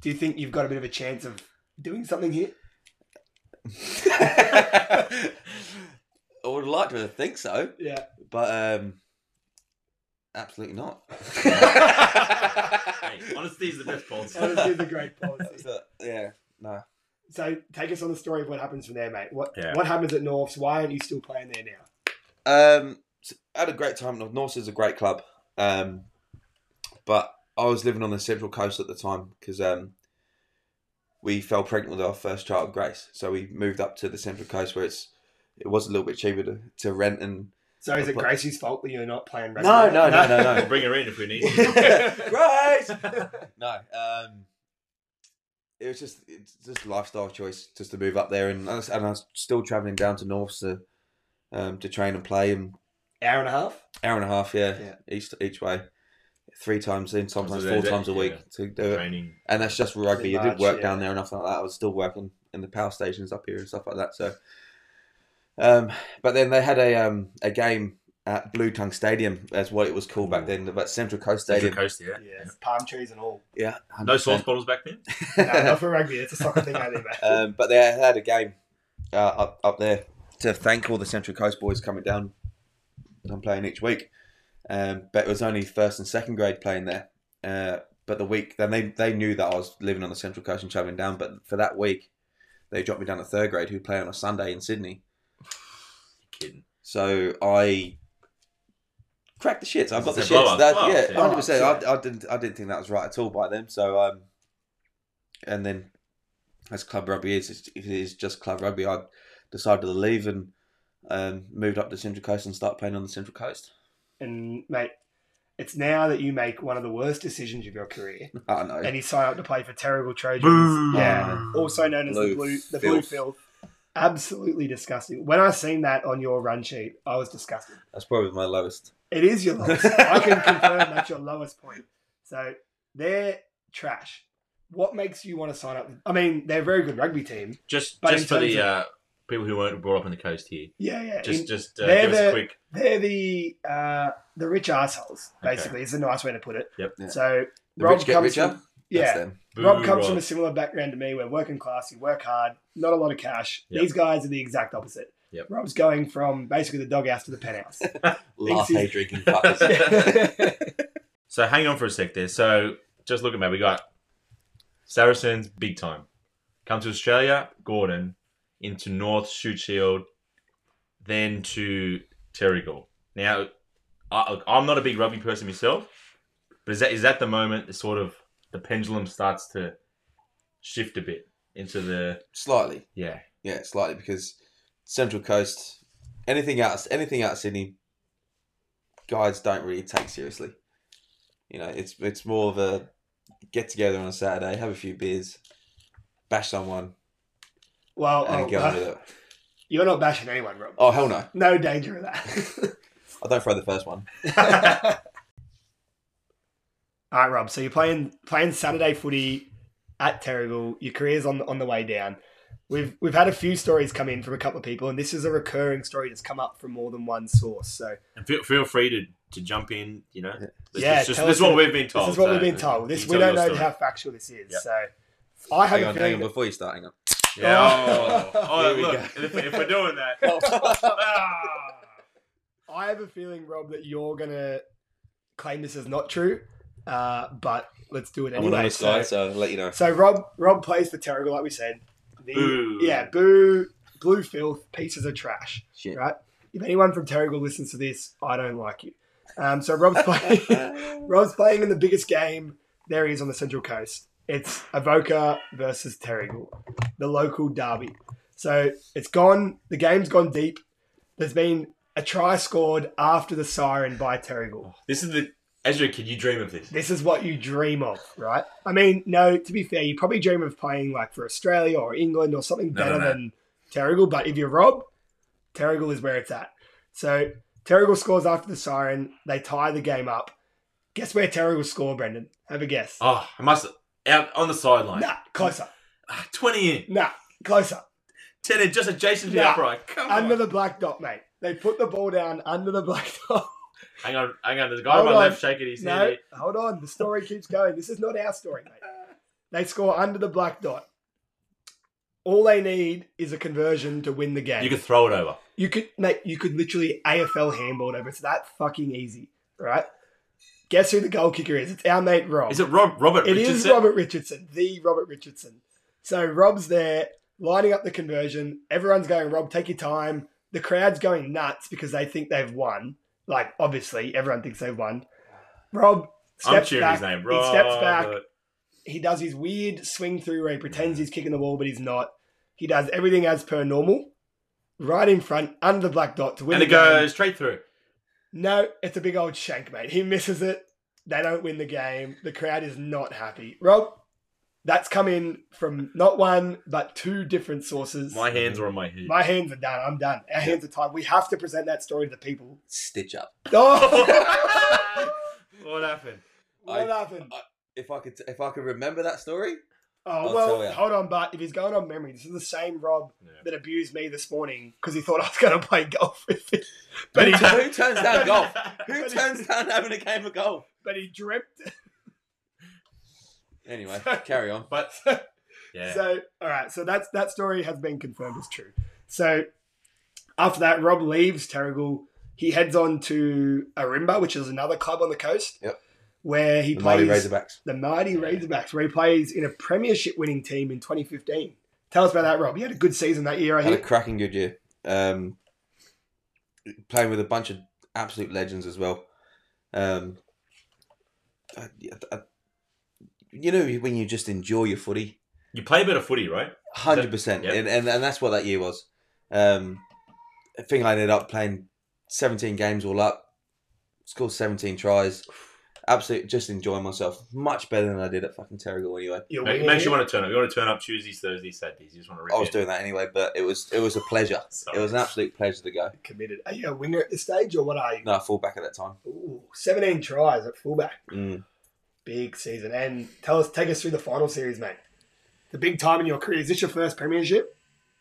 Speaker 2: Do you think you've got a bit of a chance of doing something here?
Speaker 3: I would like to think so,
Speaker 2: Yeah.
Speaker 3: but um, absolutely not.
Speaker 1: Hey, honesty is the best policy.
Speaker 2: Honestly, the great policy.
Speaker 3: So, yeah, no.
Speaker 2: So take us on the story of what happens from there, mate. What
Speaker 1: Yeah.
Speaker 2: what happens at Norths? Why aren't you still playing there now?
Speaker 3: Um, s- had a great time. Norse is a great club. Um, but I was living on the central coast at the time because um, we fell pregnant with our first child, Grace. So we moved up to the central coast where it's it was a little bit cheaper to, to rent and
Speaker 2: So is it
Speaker 3: But-
Speaker 2: Gracie's fault that you're not playing rugby?
Speaker 3: No, no, no, no,
Speaker 1: We'll bring her in if we need. to.
Speaker 3: Grace. no, um, it was just it's just a lifestyle choice just to move up there, and I was, and I was still traveling down to North to um, to train and play, and
Speaker 2: Hour and a half.
Speaker 3: hour and a half, yeah,
Speaker 2: Yeah.
Speaker 3: each each way, three times in, sometimes
Speaker 1: a
Speaker 3: four
Speaker 1: day,
Speaker 3: times a
Speaker 1: yeah.
Speaker 3: week to do it,
Speaker 1: Training.
Speaker 3: and that's just rugby. You
Speaker 2: March,
Speaker 3: did work
Speaker 2: yeah.
Speaker 3: down there and stuff like that. I was still working in the power stations up here and stuff like that. So, um, but then they had a um a game at Blue Tongue Stadium, as what it was called back then, but Central Coast Stadium.
Speaker 1: Central Coast, yeah.
Speaker 2: palm trees and all.
Speaker 3: Yeah,
Speaker 1: No sauce bottles back then.
Speaker 2: No, not for rugby. It's a soccer thing out there, mate.
Speaker 3: um, but they had a game uh, up, up there to thank all the Central Coast boys coming down and playing each week. Um, but it was only first and second grade playing there. Uh, but the week then they, they knew that I was living on the Central Coast and travelling down. But for that week, they dropped me down to third grade, who play on a Sunday in Sydney.
Speaker 1: Kidding.
Speaker 3: So I cracked the shits. I got the
Speaker 1: It's a blowout.
Speaker 3: shits. That,
Speaker 1: Blowout,
Speaker 3: yeah,
Speaker 1: yeah.
Speaker 3: hundred percent.
Speaker 2: Blowout,
Speaker 3: I, I didn't. I didn't think that was right at all by them. So um, and then as club rugby is, it's- it is just club rugby. I decided to leave and um, moved up to Central Coast and start playing on the Central Coast.
Speaker 2: And mate, it's now that you make one of the worst decisions of your career,
Speaker 3: I don't know.
Speaker 2: and you sign up to play for Terrible Trojans.
Speaker 1: Boo.
Speaker 2: Yeah,
Speaker 3: Oh.
Speaker 2: also known as the
Speaker 3: Blue
Speaker 2: blue the blue
Speaker 3: filth.
Speaker 2: filth. Absolutely disgusting. When I seen that on your run sheet, I was disgusted.
Speaker 3: That's probably my lowest.
Speaker 2: It is your lowest. I can confirm that's your lowest point. So they're trash. What makes you want to sign up? I mean, they're a very good rugby team.
Speaker 1: Just
Speaker 2: But
Speaker 1: just
Speaker 2: in
Speaker 1: for
Speaker 2: terms
Speaker 1: the
Speaker 2: of-
Speaker 1: uh, people who weren't brought up on the coast here.
Speaker 2: Yeah, yeah.
Speaker 1: Just
Speaker 2: In-
Speaker 1: just uh,
Speaker 2: they're
Speaker 1: give us a
Speaker 2: the-
Speaker 1: quick.
Speaker 2: they're the uh, the rich assholes,
Speaker 1: Okay.
Speaker 2: basically. Is a nice way to put it.
Speaker 1: Yep.
Speaker 3: Yeah.
Speaker 2: So
Speaker 3: The
Speaker 2: Rob
Speaker 3: rich get
Speaker 2: comes
Speaker 3: richer.
Speaker 2: from
Speaker 3: That's
Speaker 2: yeah.
Speaker 3: them.
Speaker 1: Boo,
Speaker 2: Rob comes from a similar background to me. We're working class. You work hard. Not a lot of cash.
Speaker 1: Yep.
Speaker 2: These guys are the exact opposite.
Speaker 1: Yep.
Speaker 2: Rob's going from basically the doghouse to the penthouse. Thinks
Speaker 3: Latte
Speaker 2: he's-
Speaker 3: drinking fuckers.
Speaker 1: So hang on for a sec there. So just look at me. We got Saracens big time. Come to Australia, Gordon, into North Shoot Shield, then to Terrigal. Now, I, look, I'm not a big rugby person myself, but is that is that the moment the sort of the pendulum starts to shift a bit into the
Speaker 3: Slightly.
Speaker 1: yeah
Speaker 3: Yeah, slightly because Central Coast, anything out, anything out of Sydney, guys don't really take seriously. You know, it's it's more of a get together on a Saturday, have a few beers, bash someone,
Speaker 2: Well,
Speaker 3: and
Speaker 2: oh,
Speaker 3: get on with it.
Speaker 2: you're not bashing anyone, Rob.
Speaker 3: Oh hell no!
Speaker 2: No danger of that.
Speaker 3: I don't throw the first one.
Speaker 2: All right, Rob. So you're playing playing Saturday footy at Terrigal. Your career's on on the way down. We've we've had a few stories come in from a couple of people, and this is a recurring story that's come up from more than one source. So
Speaker 1: And feel, feel free to, to jump in, you know. This,
Speaker 2: Yeah,
Speaker 1: this, this,
Speaker 2: tell
Speaker 1: this
Speaker 2: us
Speaker 1: is what
Speaker 2: your-
Speaker 1: we've been told.
Speaker 2: this is what
Speaker 1: so
Speaker 2: we've been told. This
Speaker 1: Oh, you
Speaker 2: we
Speaker 1: tell
Speaker 2: don't
Speaker 1: your
Speaker 2: know
Speaker 1: story.
Speaker 2: how factual this is.
Speaker 1: Yep.
Speaker 2: So I have
Speaker 3: Hang
Speaker 2: a
Speaker 3: on, hang
Speaker 2: feeling.
Speaker 3: on, before you start, hang on.
Speaker 1: Yeah. Oh, oh,
Speaker 3: Here we
Speaker 1: look,
Speaker 3: go.
Speaker 1: if, if we're doing that.
Speaker 2: Oh.
Speaker 1: Ah.
Speaker 2: I have a feeling, Rob, that you're gonna claim this is not true. Uh, but let's do it
Speaker 3: I'm an
Speaker 2: anyway.
Speaker 3: honest guy, so I'll let you know.
Speaker 2: So Rob Rob plays for Terrigal, like we said. The-
Speaker 1: Boo.
Speaker 2: Yeah, boo, blue filth, pieces of trash.
Speaker 3: Shit.
Speaker 2: Right? If anyone from Terrigal listens to this, I don't like you. Um, so Rob's playing. Rob's playing in the biggest game there he is on the Central Coast. It's Avoca versus Terrigal, the local derby. So it's gone. The game's gone deep. There's been a try scored after the siren by Terrigal
Speaker 1: This is the. As you're a kid, you dream of this.
Speaker 2: this is what you dream of, right? I mean, no, to be fair, you probably dream of playing like for Australia or England or something
Speaker 1: No, no,
Speaker 2: better
Speaker 1: no.
Speaker 2: than Terrigal, but if you're Rob, Terrigal is where it's at. So Terrigal scores after the siren, they tie the game up. Guess where Terrigal score, Brendan? Have a guess.
Speaker 1: Oh, I must. Out on the sideline.
Speaker 2: Nah, closer.
Speaker 1: Ah, 20 in.
Speaker 2: Nah, closer.
Speaker 1: 10 in, just adjacent to the
Speaker 2: Nah.
Speaker 1: upright. Come
Speaker 2: Under
Speaker 1: on.
Speaker 2: the black dot, mate. They put the ball down under the black dot.
Speaker 1: Hang on, hang on. There's a guy
Speaker 2: Hold
Speaker 1: on my
Speaker 2: on.
Speaker 1: left shaking his head.
Speaker 2: No,
Speaker 1: here.
Speaker 2: hold on. The story keeps going. This is not our story, mate. They score under the black dot. All they need is a conversion to win the game.
Speaker 1: You could throw it over.
Speaker 2: you could mate, you could literally AFL handball it over. It's that fucking easy, right? Guess who the goal kicker is? It's our mate Rob.
Speaker 1: Is it Rob, Robert
Speaker 2: It is
Speaker 1: Richardson?
Speaker 2: Robert Richardson, the Robert Richardson. So Rob's there lining up the conversion. Everyone's going, Rob, take your time. The crowd's going nuts because they think they've won. Like obviously, everyone thinks they've won. Rob
Speaker 1: I'm
Speaker 2: steps
Speaker 1: cheering
Speaker 2: back.
Speaker 1: his name.
Speaker 2: He steps back
Speaker 1: Robert.
Speaker 2: he does his weird swing through where he pretends he's kicking the ball, but he's not. He does everything as per normal, right in front, under the black dot to win
Speaker 1: And
Speaker 2: the
Speaker 1: it
Speaker 2: game.
Speaker 1: goes straight through.
Speaker 2: No, it's a big old shank, mate. He misses it. They don't win the game. The crowd is not happy. Rob, that's come in from not one, but two different sources.
Speaker 1: My hands are on my head.
Speaker 2: My hands are done. I'm done. Our hands are tied. We have to present that story to the people.
Speaker 3: Stitch up.
Speaker 2: Oh!
Speaker 1: what happened?
Speaker 2: what
Speaker 3: I-
Speaker 2: happened?
Speaker 3: If I could, if I could remember that story,
Speaker 2: Oh,
Speaker 3: I'll tell ya.
Speaker 2: well, hold on, but if he's going on memory, this is the same Rob that abused me this morning because he thought I was going to play golf with him. But he,
Speaker 3: who, who turns down golf?
Speaker 2: But
Speaker 3: Who
Speaker 2: he-
Speaker 3: turns down having a game of golf?
Speaker 2: but he dreamt.
Speaker 3: Anyway, carry on.
Speaker 1: But yeah,
Speaker 2: So, all right. So that's that story has been confirmed as true. So after that, Rob leaves Terrigal. He heads on to Arimba, which is another club on the coast,
Speaker 3: Yep.
Speaker 2: where he
Speaker 3: The
Speaker 2: plays
Speaker 3: Mighty Razorbacks.
Speaker 2: the mighty Razorbacks, where he plays in a premiership winning team in 2015. Tell us about that, Rob. You had a good season that year, I
Speaker 3: Had a
Speaker 2: think.
Speaker 3: cracking good year. Um, playing with a bunch of absolute legends as well. Um, I- I- I- you know when you just enjoy your footy,
Speaker 1: you play a bit of footy, right?
Speaker 3: hundred percent,
Speaker 1: Yeah.
Speaker 3: and, and and that's what that year was. Um, I think I ended up playing seventeen games all up, scored seventeen tries. Absolutely, just enjoying myself much better than I did at fucking Terrigal anyway.
Speaker 2: You're
Speaker 1: It makes you want to turn up. You want to turn up Tuesdays, Thursdays, Saturdays. You just want to rip
Speaker 3: I was
Speaker 1: it.
Speaker 3: doing that anyway, but it was it was a pleasure.
Speaker 1: Sorry.
Speaker 3: It was an absolute pleasure to go.
Speaker 2: committed. Are you a winger at this stage, or what are you?
Speaker 3: No, full back at that time.
Speaker 2: Ooh, 17 tries at fullback.
Speaker 3: Mm.
Speaker 2: Big season. And tell us, take us through the final series, mate. The big time in your career. Is this your first premiership?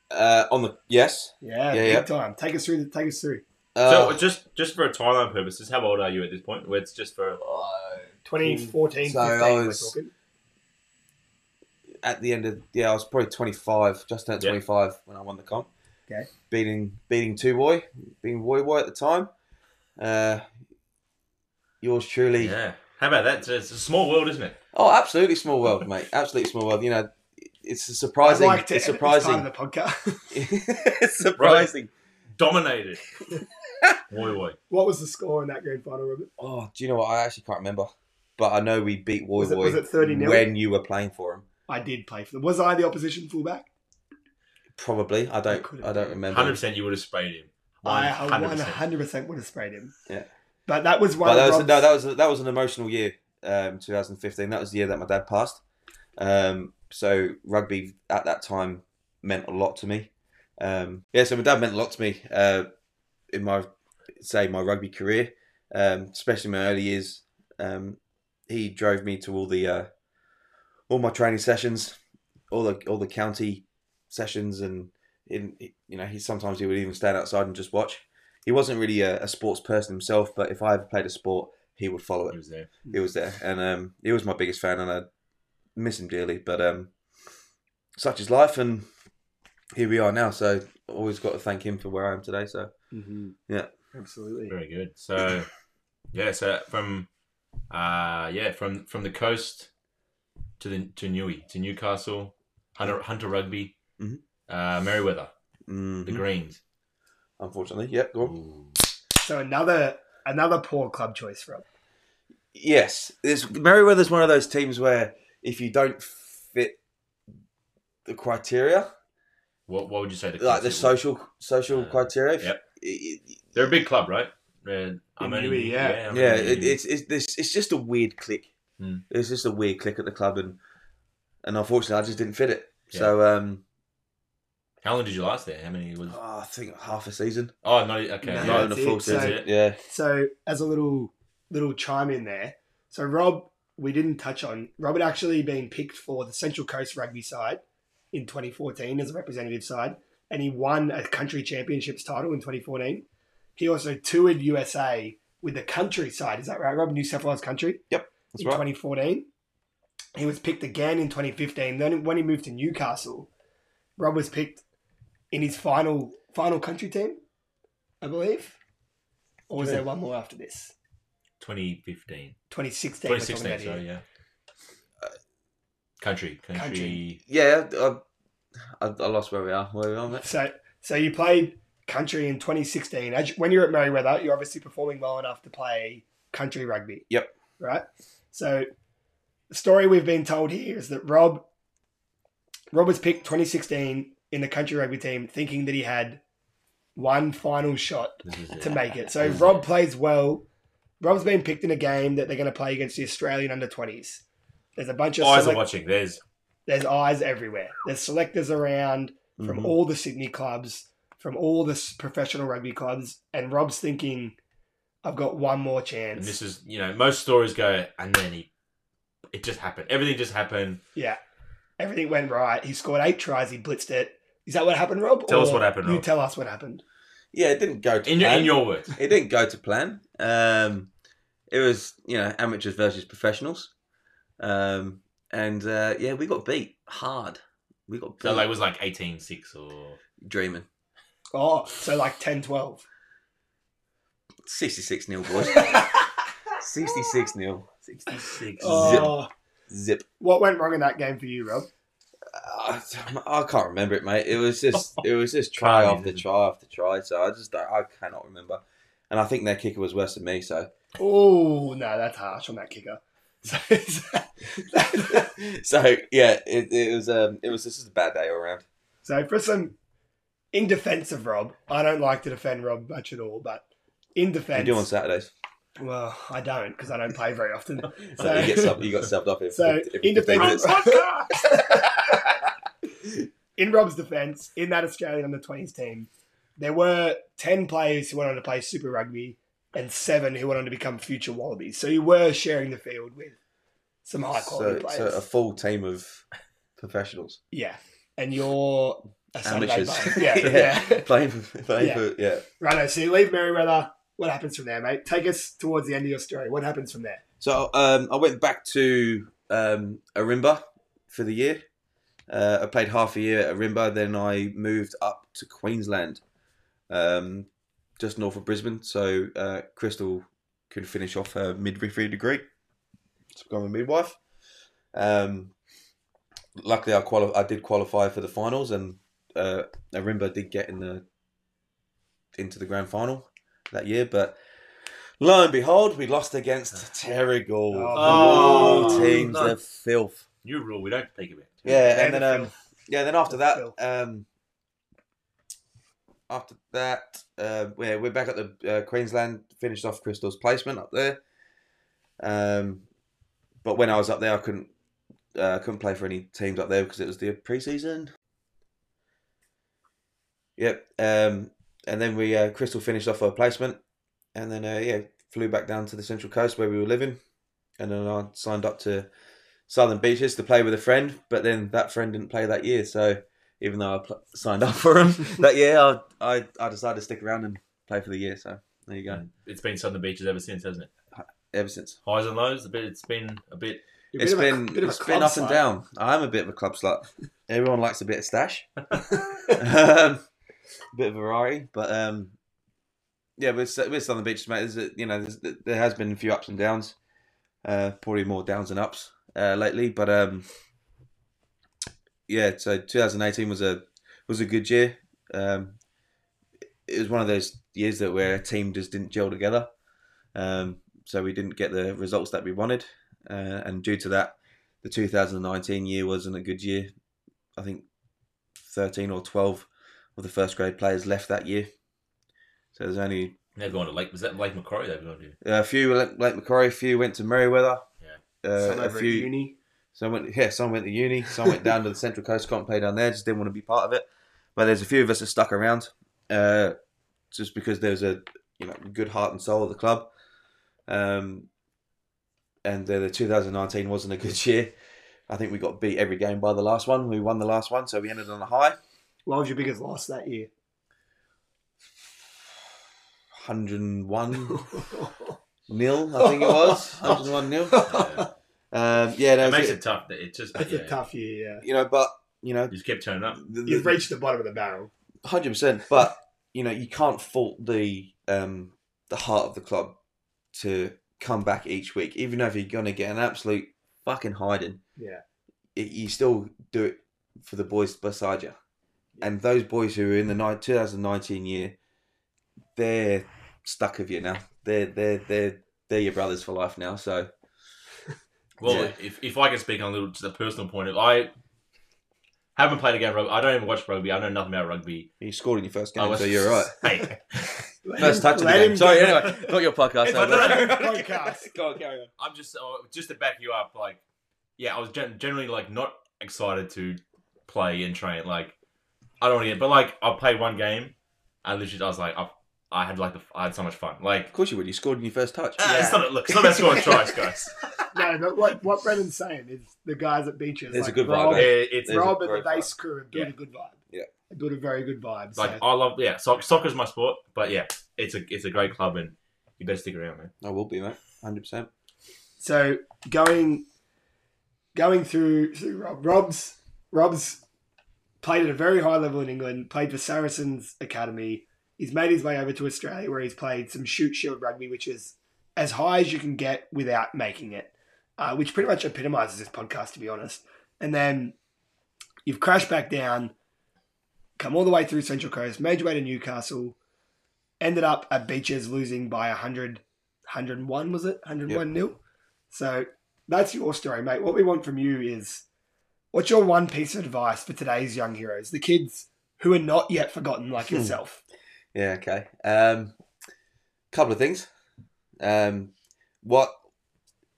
Speaker 3: Uh, on the yes,
Speaker 2: Yeah,
Speaker 3: Yeah,
Speaker 2: big
Speaker 3: yeah.
Speaker 2: time. Take us through. The, take us through.
Speaker 3: uh,
Speaker 1: so just just for a timeline purposes, how old are you at this point? Where it's just for
Speaker 3: uh,
Speaker 2: 2014,
Speaker 3: So I
Speaker 2: 15,
Speaker 3: was-
Speaker 2: we're talking.
Speaker 3: at the end of yeah, I was probably twenty five, just turned
Speaker 1: Yeah.
Speaker 3: twenty five when I won the comp.
Speaker 2: Okay.
Speaker 3: beating beating two boy, beating boy boy at the time. Uh, yours truly.
Speaker 1: yeah. How about that? It's, it's a small world, isn't it?
Speaker 3: Oh, absolutely small world, mate. Absolutely small world. You know, it's a surprising.
Speaker 2: I'd like to
Speaker 3: it's
Speaker 2: edit this part
Speaker 3: surprising.
Speaker 2: of the podcast.
Speaker 3: it's surprising.
Speaker 1: Dominated. boy, boy.
Speaker 2: what was the score in that grand final, Robert?
Speaker 3: Oh, do you know what? I actually can't remember, but I know we beat Boy
Speaker 2: Was it-
Speaker 3: Boy
Speaker 2: was it 30-0?
Speaker 3: when you were playing for him.
Speaker 2: I did play for them. Was I the opposition fullback?
Speaker 3: Probably. I
Speaker 2: It
Speaker 3: don't.
Speaker 2: could have
Speaker 3: I don't
Speaker 2: been.
Speaker 3: remember.
Speaker 1: Hundred percent, you would have sprayed him.
Speaker 2: I
Speaker 1: 100%.
Speaker 2: 100 percent would have sprayed him.
Speaker 3: Yeah.
Speaker 2: But that was one
Speaker 3: But that
Speaker 2: of
Speaker 3: was
Speaker 2: Rob's,
Speaker 3: no, that was that was an emotional year. um, 2015. That was the year that my dad passed. Um, so rugby at that time meant a lot to me. Um, yeah, so my dad meant a lot to me uh, in my say my rugby career, um, especially my early years. Um, he drove me to all the uh, all my training sessions, all the all the county sessions, and in you know he sometimes he would even stand outside and just watch. He wasn't really a, a sports person himself, but if I ever played a sport, he would follow it
Speaker 1: He was there.
Speaker 3: he was there, and um, he was my biggest fan, and I miss him dearly. But um, such is life, and here we are now. So always got to thank him for where I am today. So
Speaker 2: Mm-hmm.
Speaker 3: Yeah.
Speaker 2: Absolutely.
Speaker 1: Very good. So, yeah. So from, uh, yeah, from from the coast to the to Newey to Newcastle, Hunter Hunter Rugby,
Speaker 3: Mhm.
Speaker 1: uh, Merriweather,
Speaker 3: mm,
Speaker 2: Hmm?
Speaker 1: the Greens.
Speaker 3: unfortunately, yeah, go on.
Speaker 2: So another another poor club choice, Rob.
Speaker 3: Yes, there's Merriweather's one of those teams where if you don't fit the criteria,
Speaker 1: What what would you say? The
Speaker 3: like
Speaker 1: concept
Speaker 3: the
Speaker 1: was?
Speaker 3: social social
Speaker 1: Uh,
Speaker 3: criteria, if-
Speaker 1: yep.
Speaker 3: it- it-
Speaker 1: They're a big club, right? Uh, I'm
Speaker 2: In
Speaker 1: only-
Speaker 2: Newey, yeah.
Speaker 1: I'm
Speaker 3: yeah,
Speaker 1: only-
Speaker 3: it, it's it's this it's just a weird click.
Speaker 1: Hmm.
Speaker 3: It's just a weird click at the club, and and unfortunately, I just didn't fit it. So um,
Speaker 1: How long did you last there? How many was?
Speaker 3: oh, I think half a season,
Speaker 1: Oh, not okay.
Speaker 2: No,
Speaker 1: yeah.
Speaker 3: not in a
Speaker 2: that's
Speaker 3: full
Speaker 2: it. So-
Speaker 3: season. yeah,
Speaker 2: So as a little little chime in there. So Rob, we didn't touch on Rob had actually been picked for the Central Coast rugby side in 2014 as a representative side, and he won a country championships title in 2014. He also toured USA with the country side. Is that right, Rob? New South Wales country
Speaker 3: that's
Speaker 2: in
Speaker 3: right.
Speaker 2: 2014. He was picked again in 2015. Then when he moved to Newcastle, Rob was picked in his final final country team, I believe. Or was there one more after this?
Speaker 1: 2015,
Speaker 2: 2016. we're talking
Speaker 1: 2016.
Speaker 2: about
Speaker 1: Sorry,
Speaker 2: here.
Speaker 1: yeah. Country, country,
Speaker 2: Country.
Speaker 3: Yeah, I, I, I lost where we are. Where we are, mate?
Speaker 2: So so you played country in 2016. As you- When you're at Merriweather, you're obviously performing well enough to play country rugby.
Speaker 3: Yep.
Speaker 2: Right. So the story we've been told here is that Rob Rob was picked 2016 in the country rugby team, thinking that he had one final shot
Speaker 1: This is it.
Speaker 2: to make it. So Rob plays well. Rob's been picked in a game that they're going to play against the Australian under 20s. There's a bunch of
Speaker 1: Eyes are
Speaker 2: select-
Speaker 1: watching. There's
Speaker 2: there's eyes everywhere. There's selectors around from
Speaker 1: Mm-hmm.
Speaker 3: Mhm.
Speaker 2: all the Sydney clubs, from all the s- professional rugby clubs, and Rob's thinking, I've got one more
Speaker 1: And this
Speaker 2: chance.
Speaker 1: is, you know, most stories go, and then he, it just happened. Everything just happened.
Speaker 2: Yeah, everything went right. He scored eight tries. He blitzed it. Is that what happened, Rob?
Speaker 1: Tell us
Speaker 2: Or
Speaker 1: what happened,
Speaker 2: You
Speaker 1: Rob.
Speaker 2: tell us what happened.
Speaker 3: Yeah, it didn't go to
Speaker 1: In your,
Speaker 3: plan.
Speaker 1: in your words,
Speaker 3: It didn't go to plan. Um, it was you know amateurs versus professionals, um, and uh, yeah, we got beat hard. We got beat.
Speaker 1: so like, it was like eighteen six or
Speaker 3: dreaming
Speaker 2: Oh, so like 10 12.
Speaker 3: sixty six nil boys. sixty six nil.
Speaker 1: sixty six.
Speaker 2: Oh,
Speaker 3: Zip.
Speaker 2: what went wrong in that game for you, Rob?
Speaker 3: I, I can't remember it, mate. It was just it was just try
Speaker 1: Can't
Speaker 3: after
Speaker 1: even.
Speaker 3: try after try. So I just don't- I cannot remember. And I think their kicker was worse than me. So
Speaker 2: Oh, no, that's harsh on that kicker. So,
Speaker 3: so yeah, it, it was um it was just a bad day all around.
Speaker 2: So for some, in defense of Rob, I don't like to defend Rob much at all, but in
Speaker 3: You
Speaker 2: defense,
Speaker 3: do on Saturdays.
Speaker 2: well, I don't because I don't play very often.
Speaker 3: So you get sub, you got subbed off if,
Speaker 2: So
Speaker 3: if, if
Speaker 2: in
Speaker 3: they
Speaker 2: defense,
Speaker 3: did it.
Speaker 2: in Rob's defense, in that Australian under twenties team, there were ten players who went on to play Super Rugby and seven who went on to become future Wallabies. So you were sharing the field with some high quality
Speaker 3: So, so
Speaker 2: players.
Speaker 3: a full team of professionals
Speaker 2: yeah, and you're a Sunday
Speaker 3: Amateurs.
Speaker 2: player. yeah.
Speaker 3: Yeah.
Speaker 2: yeah.
Speaker 3: playing for playing
Speaker 2: Yeah.
Speaker 3: for yeah.
Speaker 2: Righto, so you leave Merriweather. What happens from there, mate? Take us towards the end of your story. What happens from there?
Speaker 3: So um, I went back to um, Arimba for the year. Uh, I played half a year at Arimba, then I moved up to Queensland, um, just north of Brisbane. So uh, Crystal could finish off her midwifery degree to become a midwife. Um, luckily, I quali- I did qualify for the finals, and uh, Arimba did get in the into the grand final that year, but. Lo and behold, we lost against Terrigal.
Speaker 2: Oh,
Speaker 3: Oh,
Speaker 1: no.
Speaker 3: teams,
Speaker 1: No.
Speaker 3: they're filth.
Speaker 1: New rule: we don't take about.
Speaker 3: Yeah,
Speaker 2: They're
Speaker 3: and then
Speaker 2: the
Speaker 3: um,
Speaker 2: filth.
Speaker 3: yeah, then after that,
Speaker 2: Phil.
Speaker 3: um, after that, uh, we're, we're back at the uh, Queensland. Finished off Crystal's placement up there. Um, But when I was up there, I couldn't uh, couldn't play for any teams up there because it was the preseason. Yep. Um, and then we uh, Crystal finished off our placement, and then uh, yeah, flew back down to the Central Coast where we were living, and then I signed up to Southern Beaches to play with a friend. But then that friend didn't play that year, so even though I pl- signed up for him that year, I, I I decided to stick around and play for the year. So there you go.
Speaker 1: It's been Southern Beaches ever since, hasn't it?
Speaker 3: Ever since.
Speaker 1: Highs and lows. A bit. It's been a bit.
Speaker 2: You're a
Speaker 3: It's
Speaker 2: bit of a-
Speaker 3: been,
Speaker 2: bit of a
Speaker 3: it's been
Speaker 2: club
Speaker 3: up and
Speaker 2: slut.
Speaker 3: down. I'm a bit of a club slut. Everyone likes a bit of stash, um, bit of variety, but um, yeah, we're, s- we're still on the beach, mate. There's a, you know, there's, there has been a few ups and downs, uh, probably more downs than ups uh, lately, but um, yeah. So 2018 was a was a good year. Um, it was one of those years that where a team just didn't gel together, um, so we didn't get the results that we wanted, uh, and due to that, the 2019 year wasn't a good year. I think 13 or 12 of the first grade players left that year. So there's only uh,
Speaker 1: They've gone to Lake. Was that Lake Macquarie? They've gone to.
Speaker 3: a few were at Lake Macquarie, a few went to Merriweather. Yeah.
Speaker 2: Some
Speaker 3: Uh, a
Speaker 2: over at
Speaker 3: few.
Speaker 2: uni.
Speaker 3: Some went, yeah, some went to uni, some went down to the Central Coast, can't play down there, just didn't want to be part of it. But there's a few of us that stuck around, uh, just because there's a you know good heart and soul of the club. Um, and uh, the 2019 wasn't a good year. I think we got beat every game by the last one. We won the last one, so we ended on a high.
Speaker 2: What was your biggest loss that year?
Speaker 3: 101 nil, I think it was. 101 nil.
Speaker 2: That's
Speaker 3: Um, yeah, no,
Speaker 1: It
Speaker 3: it was-
Speaker 1: makes it tough. It's just. yeah.
Speaker 2: a tough year, yeah.
Speaker 3: you know, but you know,
Speaker 1: You just kept turning up.
Speaker 3: the- the-
Speaker 2: You've reached the bottom of the barrel.
Speaker 3: hundred percent. But you know, you can't fault the um, the heart of the club to come back each week, even if you're gonna get an absolute fucking hiding.
Speaker 2: Yeah.
Speaker 3: It, you still do it for the boys beside you, and those boys who are in the ni- 2019 year, they're stuck with you now. They're they're they're they're your brothers for life now. So
Speaker 1: Well,
Speaker 3: Yeah.
Speaker 1: if, if I can speak on a little to the personal point of I haven't played a game of rugby. I don't even watch rugby. I know nothing about rugby.
Speaker 3: you scored in your first
Speaker 1: I
Speaker 3: game,
Speaker 1: was-
Speaker 3: so you're right.
Speaker 1: Hey,
Speaker 3: First touch of the game. Sorry, anyway, not your podcast.
Speaker 1: If I
Speaker 3: Albert.
Speaker 1: don't-
Speaker 2: Podcast.
Speaker 3: Go on, carry on.
Speaker 1: I'm just uh, just to back you up. Like, yeah, I was gen- generally like not excited to play and train. Like, I don't want to get, but like I played one game. I literally I was like I, I had like the, I had so much fun. Like,
Speaker 3: Of course you would. You scored in your first touch.
Speaker 1: ah, it's not look, it's not about scoring tries, guys.
Speaker 2: No, no, what, what Brennan's saying is the guys at Beaches.
Speaker 3: There's a
Speaker 2: like,
Speaker 3: good vibe eh?
Speaker 2: Rob,
Speaker 1: Yeah, it's
Speaker 3: There's a
Speaker 2: Rob and the
Speaker 3: great
Speaker 2: base crew have built
Speaker 1: Yeah.
Speaker 2: a good vibe.
Speaker 3: Yeah.
Speaker 2: They built a very good vibe. So.
Speaker 1: like I love yeah. So, soccer's my sport, but yeah, it's a it's a great club and you better stick around, man.
Speaker 3: I will be, mate. Hundred percent.
Speaker 2: So going going through, through Rob, Rob's Rob's played at a very high level in England, played for Saracens Academy. He's made his way over to Australia where he's played some shoot shield rugby, which is as high as you can get without making it, uh, which pretty much epitomizes this podcast, to be honest. And then you've crashed back down, come all the way through Central Coast, made your way to Newcastle, ended up at Beaches losing by 100, 101, was it? 101 nil. So that's your story, mate. What we want from you is what's your one piece of advice for today's young heroes, the kids who are not yet forgotten like
Speaker 3: Hmm.
Speaker 2: yourself?
Speaker 3: Yeah. Okay. Um, couple of things. Um, what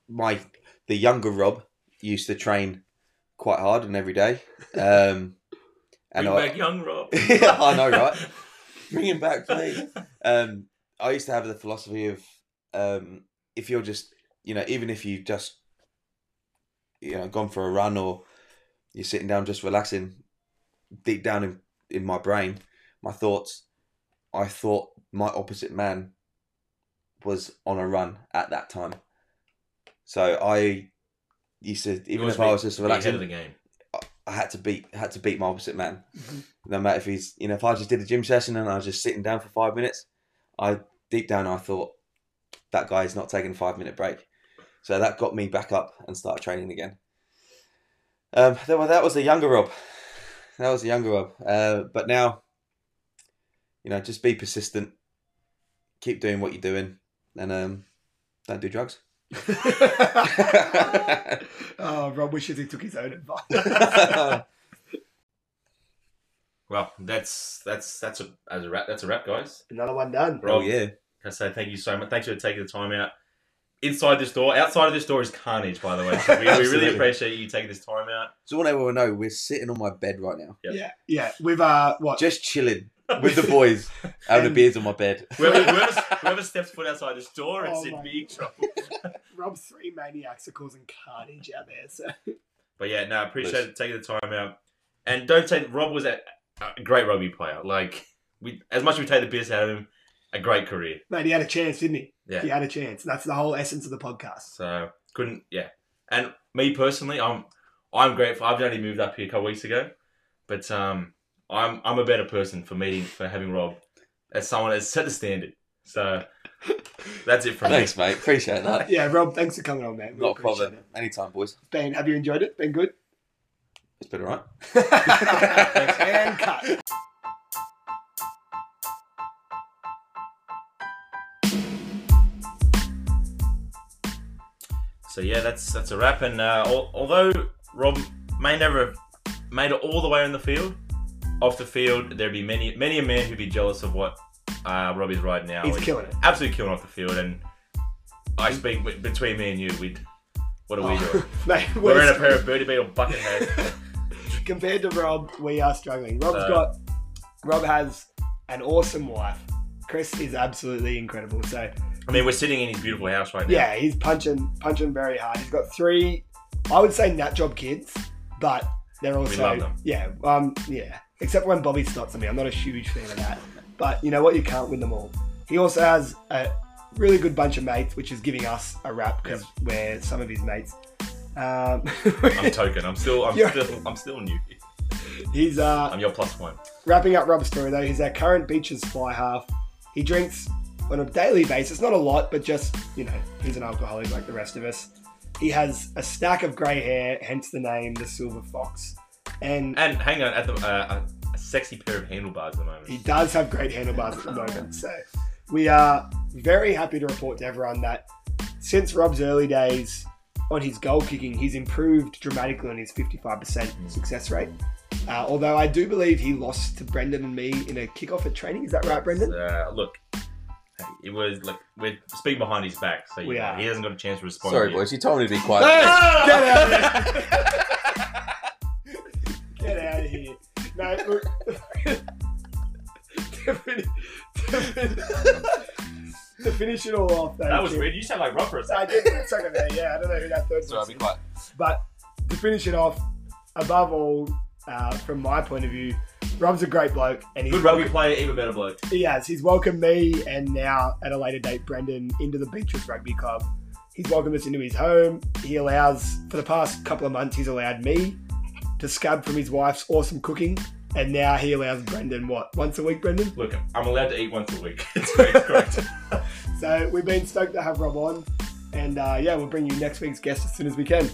Speaker 3: my the younger Rob used to train quite hard and every day. Um, and
Speaker 1: Bring
Speaker 3: I,
Speaker 1: back young Rob.
Speaker 3: I know, right? Bring him back, please. um, I used to have the philosophy of um, if you're just, you know, even if you've just, you know, gone for a run or you're sitting down just relaxing, deep down in, in my brain, my thoughts, I thought my opposite man was on a run at that time. So I used to, even
Speaker 1: always
Speaker 3: if I
Speaker 1: be-
Speaker 3: was just
Speaker 1: Be ahead of
Speaker 3: relaxing,
Speaker 1: the game.
Speaker 3: I had to beat had to beat my opposite man no matter if he's you know if I just did a gym session and I was just sitting down for five minutes, I deep down I thought that guy's not taking a five minute break, so that got me back up and started training again. Um, that was that was the younger Rob, that was the younger Rob. Uh, but now, you know, just be persistent, keep doing what you're doing, and um, don't do drugs.
Speaker 2: oh, Rob wishes he took his own advice.
Speaker 1: Well, that's that's that's a as a wrap. That's a wrap, guys.
Speaker 2: Another one done.
Speaker 1: Rob,
Speaker 3: oh yeah,
Speaker 1: can I say thank you so much. Thanks for taking the time out. inside this door, outside of this door is carnage. By the way, so we, we really
Speaker 3: Absolutely.
Speaker 1: appreciate you taking this time out.
Speaker 3: So want everyone to know we're sitting on my bed right now,
Speaker 1: Yep.
Speaker 5: Yeah, yeah. We've uh, what?
Speaker 3: just chilling with the boys, having
Speaker 5: And-
Speaker 3: a beers on my bed.
Speaker 1: Whoever, whoever, whoever steps foot outside this door, it's
Speaker 2: Oh
Speaker 1: in
Speaker 2: my
Speaker 1: big trouble.
Speaker 2: Rob three maniacs are causing carnage out there. So
Speaker 1: But yeah, no, I appreciate
Speaker 3: Nice.
Speaker 1: it taking the time out. And don't take Rob was a, a great rugby player. Like we, as much as we take the piss out of him, a great career.
Speaker 2: mate, he had a chance, didn't he?
Speaker 1: Yeah.
Speaker 2: He had a chance. That's the whole essence of the podcast.
Speaker 1: So couldn't, yeah. And me personally, I'm I'm grateful. I've only moved up here a couple weeks ago, but um, I'm I'm a better person for meeting for having Rob as someone that's set the standard. So that's it from me.
Speaker 3: Thanks, mate. Appreciate that.
Speaker 2: Yeah, Rob, thanks for coming on, man. We
Speaker 3: Not a
Speaker 2: appreciate
Speaker 3: problem.
Speaker 2: it.
Speaker 3: Anytime, boys.
Speaker 2: Ben, have you enjoyed it? Been good?
Speaker 3: It's been alright.
Speaker 2: and cut.
Speaker 1: So yeah, that's that's a wrap. And uh, al- although Rob may never have made it all the way on the field, off the field there'd be many many a man who'd be jealous of what uh, Rob is right now.
Speaker 2: He's killing it.
Speaker 1: absolutely killing off the field. And I speak w- between me and you. We'd what are we
Speaker 2: Oh.
Speaker 1: doing?
Speaker 2: Mate,
Speaker 1: We're
Speaker 2: we're
Speaker 1: in a pair of birdie beetle bucket hats.
Speaker 2: compared to Rob, we are struggling. Rob's
Speaker 1: Uh,
Speaker 2: got Rob has an awesome wife. Chris is absolutely incredible. So
Speaker 1: I mean, we're sitting in his beautiful house right now.
Speaker 2: yeah, he's punching punching very hard. He's got three, I would say nut job kids, but they're also
Speaker 1: love them.
Speaker 2: yeah um yeah. Except when Bobby stops at me, I'm not a huge fan of that. But you know what? You can't win them all. He also has a really good bunch of mates, which is giving us a rap because we're some of his mates. Um,
Speaker 1: I'm token. I'm still. I'm
Speaker 2: You're-
Speaker 1: still. I'm still new.
Speaker 2: he's uh,
Speaker 1: I'm your plus one.
Speaker 2: Wrapping up Rob's story though, he's our current beaches fly half. He drinks on a daily basis, not a lot, but just, you know, he's an alcoholic like the rest of us. He has a stack of grey hair, hence the name the Silver Fox. And
Speaker 1: And hang on, at the uh, a, a sexy pair of handlebars at the moment.
Speaker 2: he does have great handlebars at the moment. So we are very happy to report to everyone that since Rob's early days on his goal kicking, he's improved dramatically on his 55% success rate. Uh, although I do believe he lost to Brendan and me in a kickoff at training. Is that right, Brendan?
Speaker 1: Uh, look, it was like we're speaking behind his back, so
Speaker 2: We
Speaker 1: you know,
Speaker 2: are.
Speaker 1: he hasn't got a chance to respond.
Speaker 3: Sorry,
Speaker 1: yet. Ah!
Speaker 3: boys. You told me to be
Speaker 2: Hey!
Speaker 3: quiet.
Speaker 2: Get out of here. Get out of here. No, we're- to, fin- to fin- to finish it all off, though.
Speaker 1: That was
Speaker 2: Jim.
Speaker 1: weird. You sound like Rob for a
Speaker 2: I
Speaker 1: second.
Speaker 2: did it's like okay, yeah, I don't know who that third
Speaker 3: Sorry,
Speaker 2: was.
Speaker 3: be quiet.
Speaker 2: But to finish it off, above all, uh, from my point of view, Rob's a great bloke, and he's
Speaker 1: Good rugby player, even better bloke.
Speaker 2: he has. He's welcomed me and now at a later date Brendan into the Beaches Rugby Club. He's welcomed us into his home. He allows for the past couple of months he's allowed me to scab from his wife's awesome cooking. And now he allows Brendan what? Once a week, Brendan?
Speaker 1: Look, I'm allowed to eat once a week. It's great, it's great.
Speaker 2: So we've been stoked to have Rob on. And uh, yeah, we'll bring you next week's guest as soon as we can.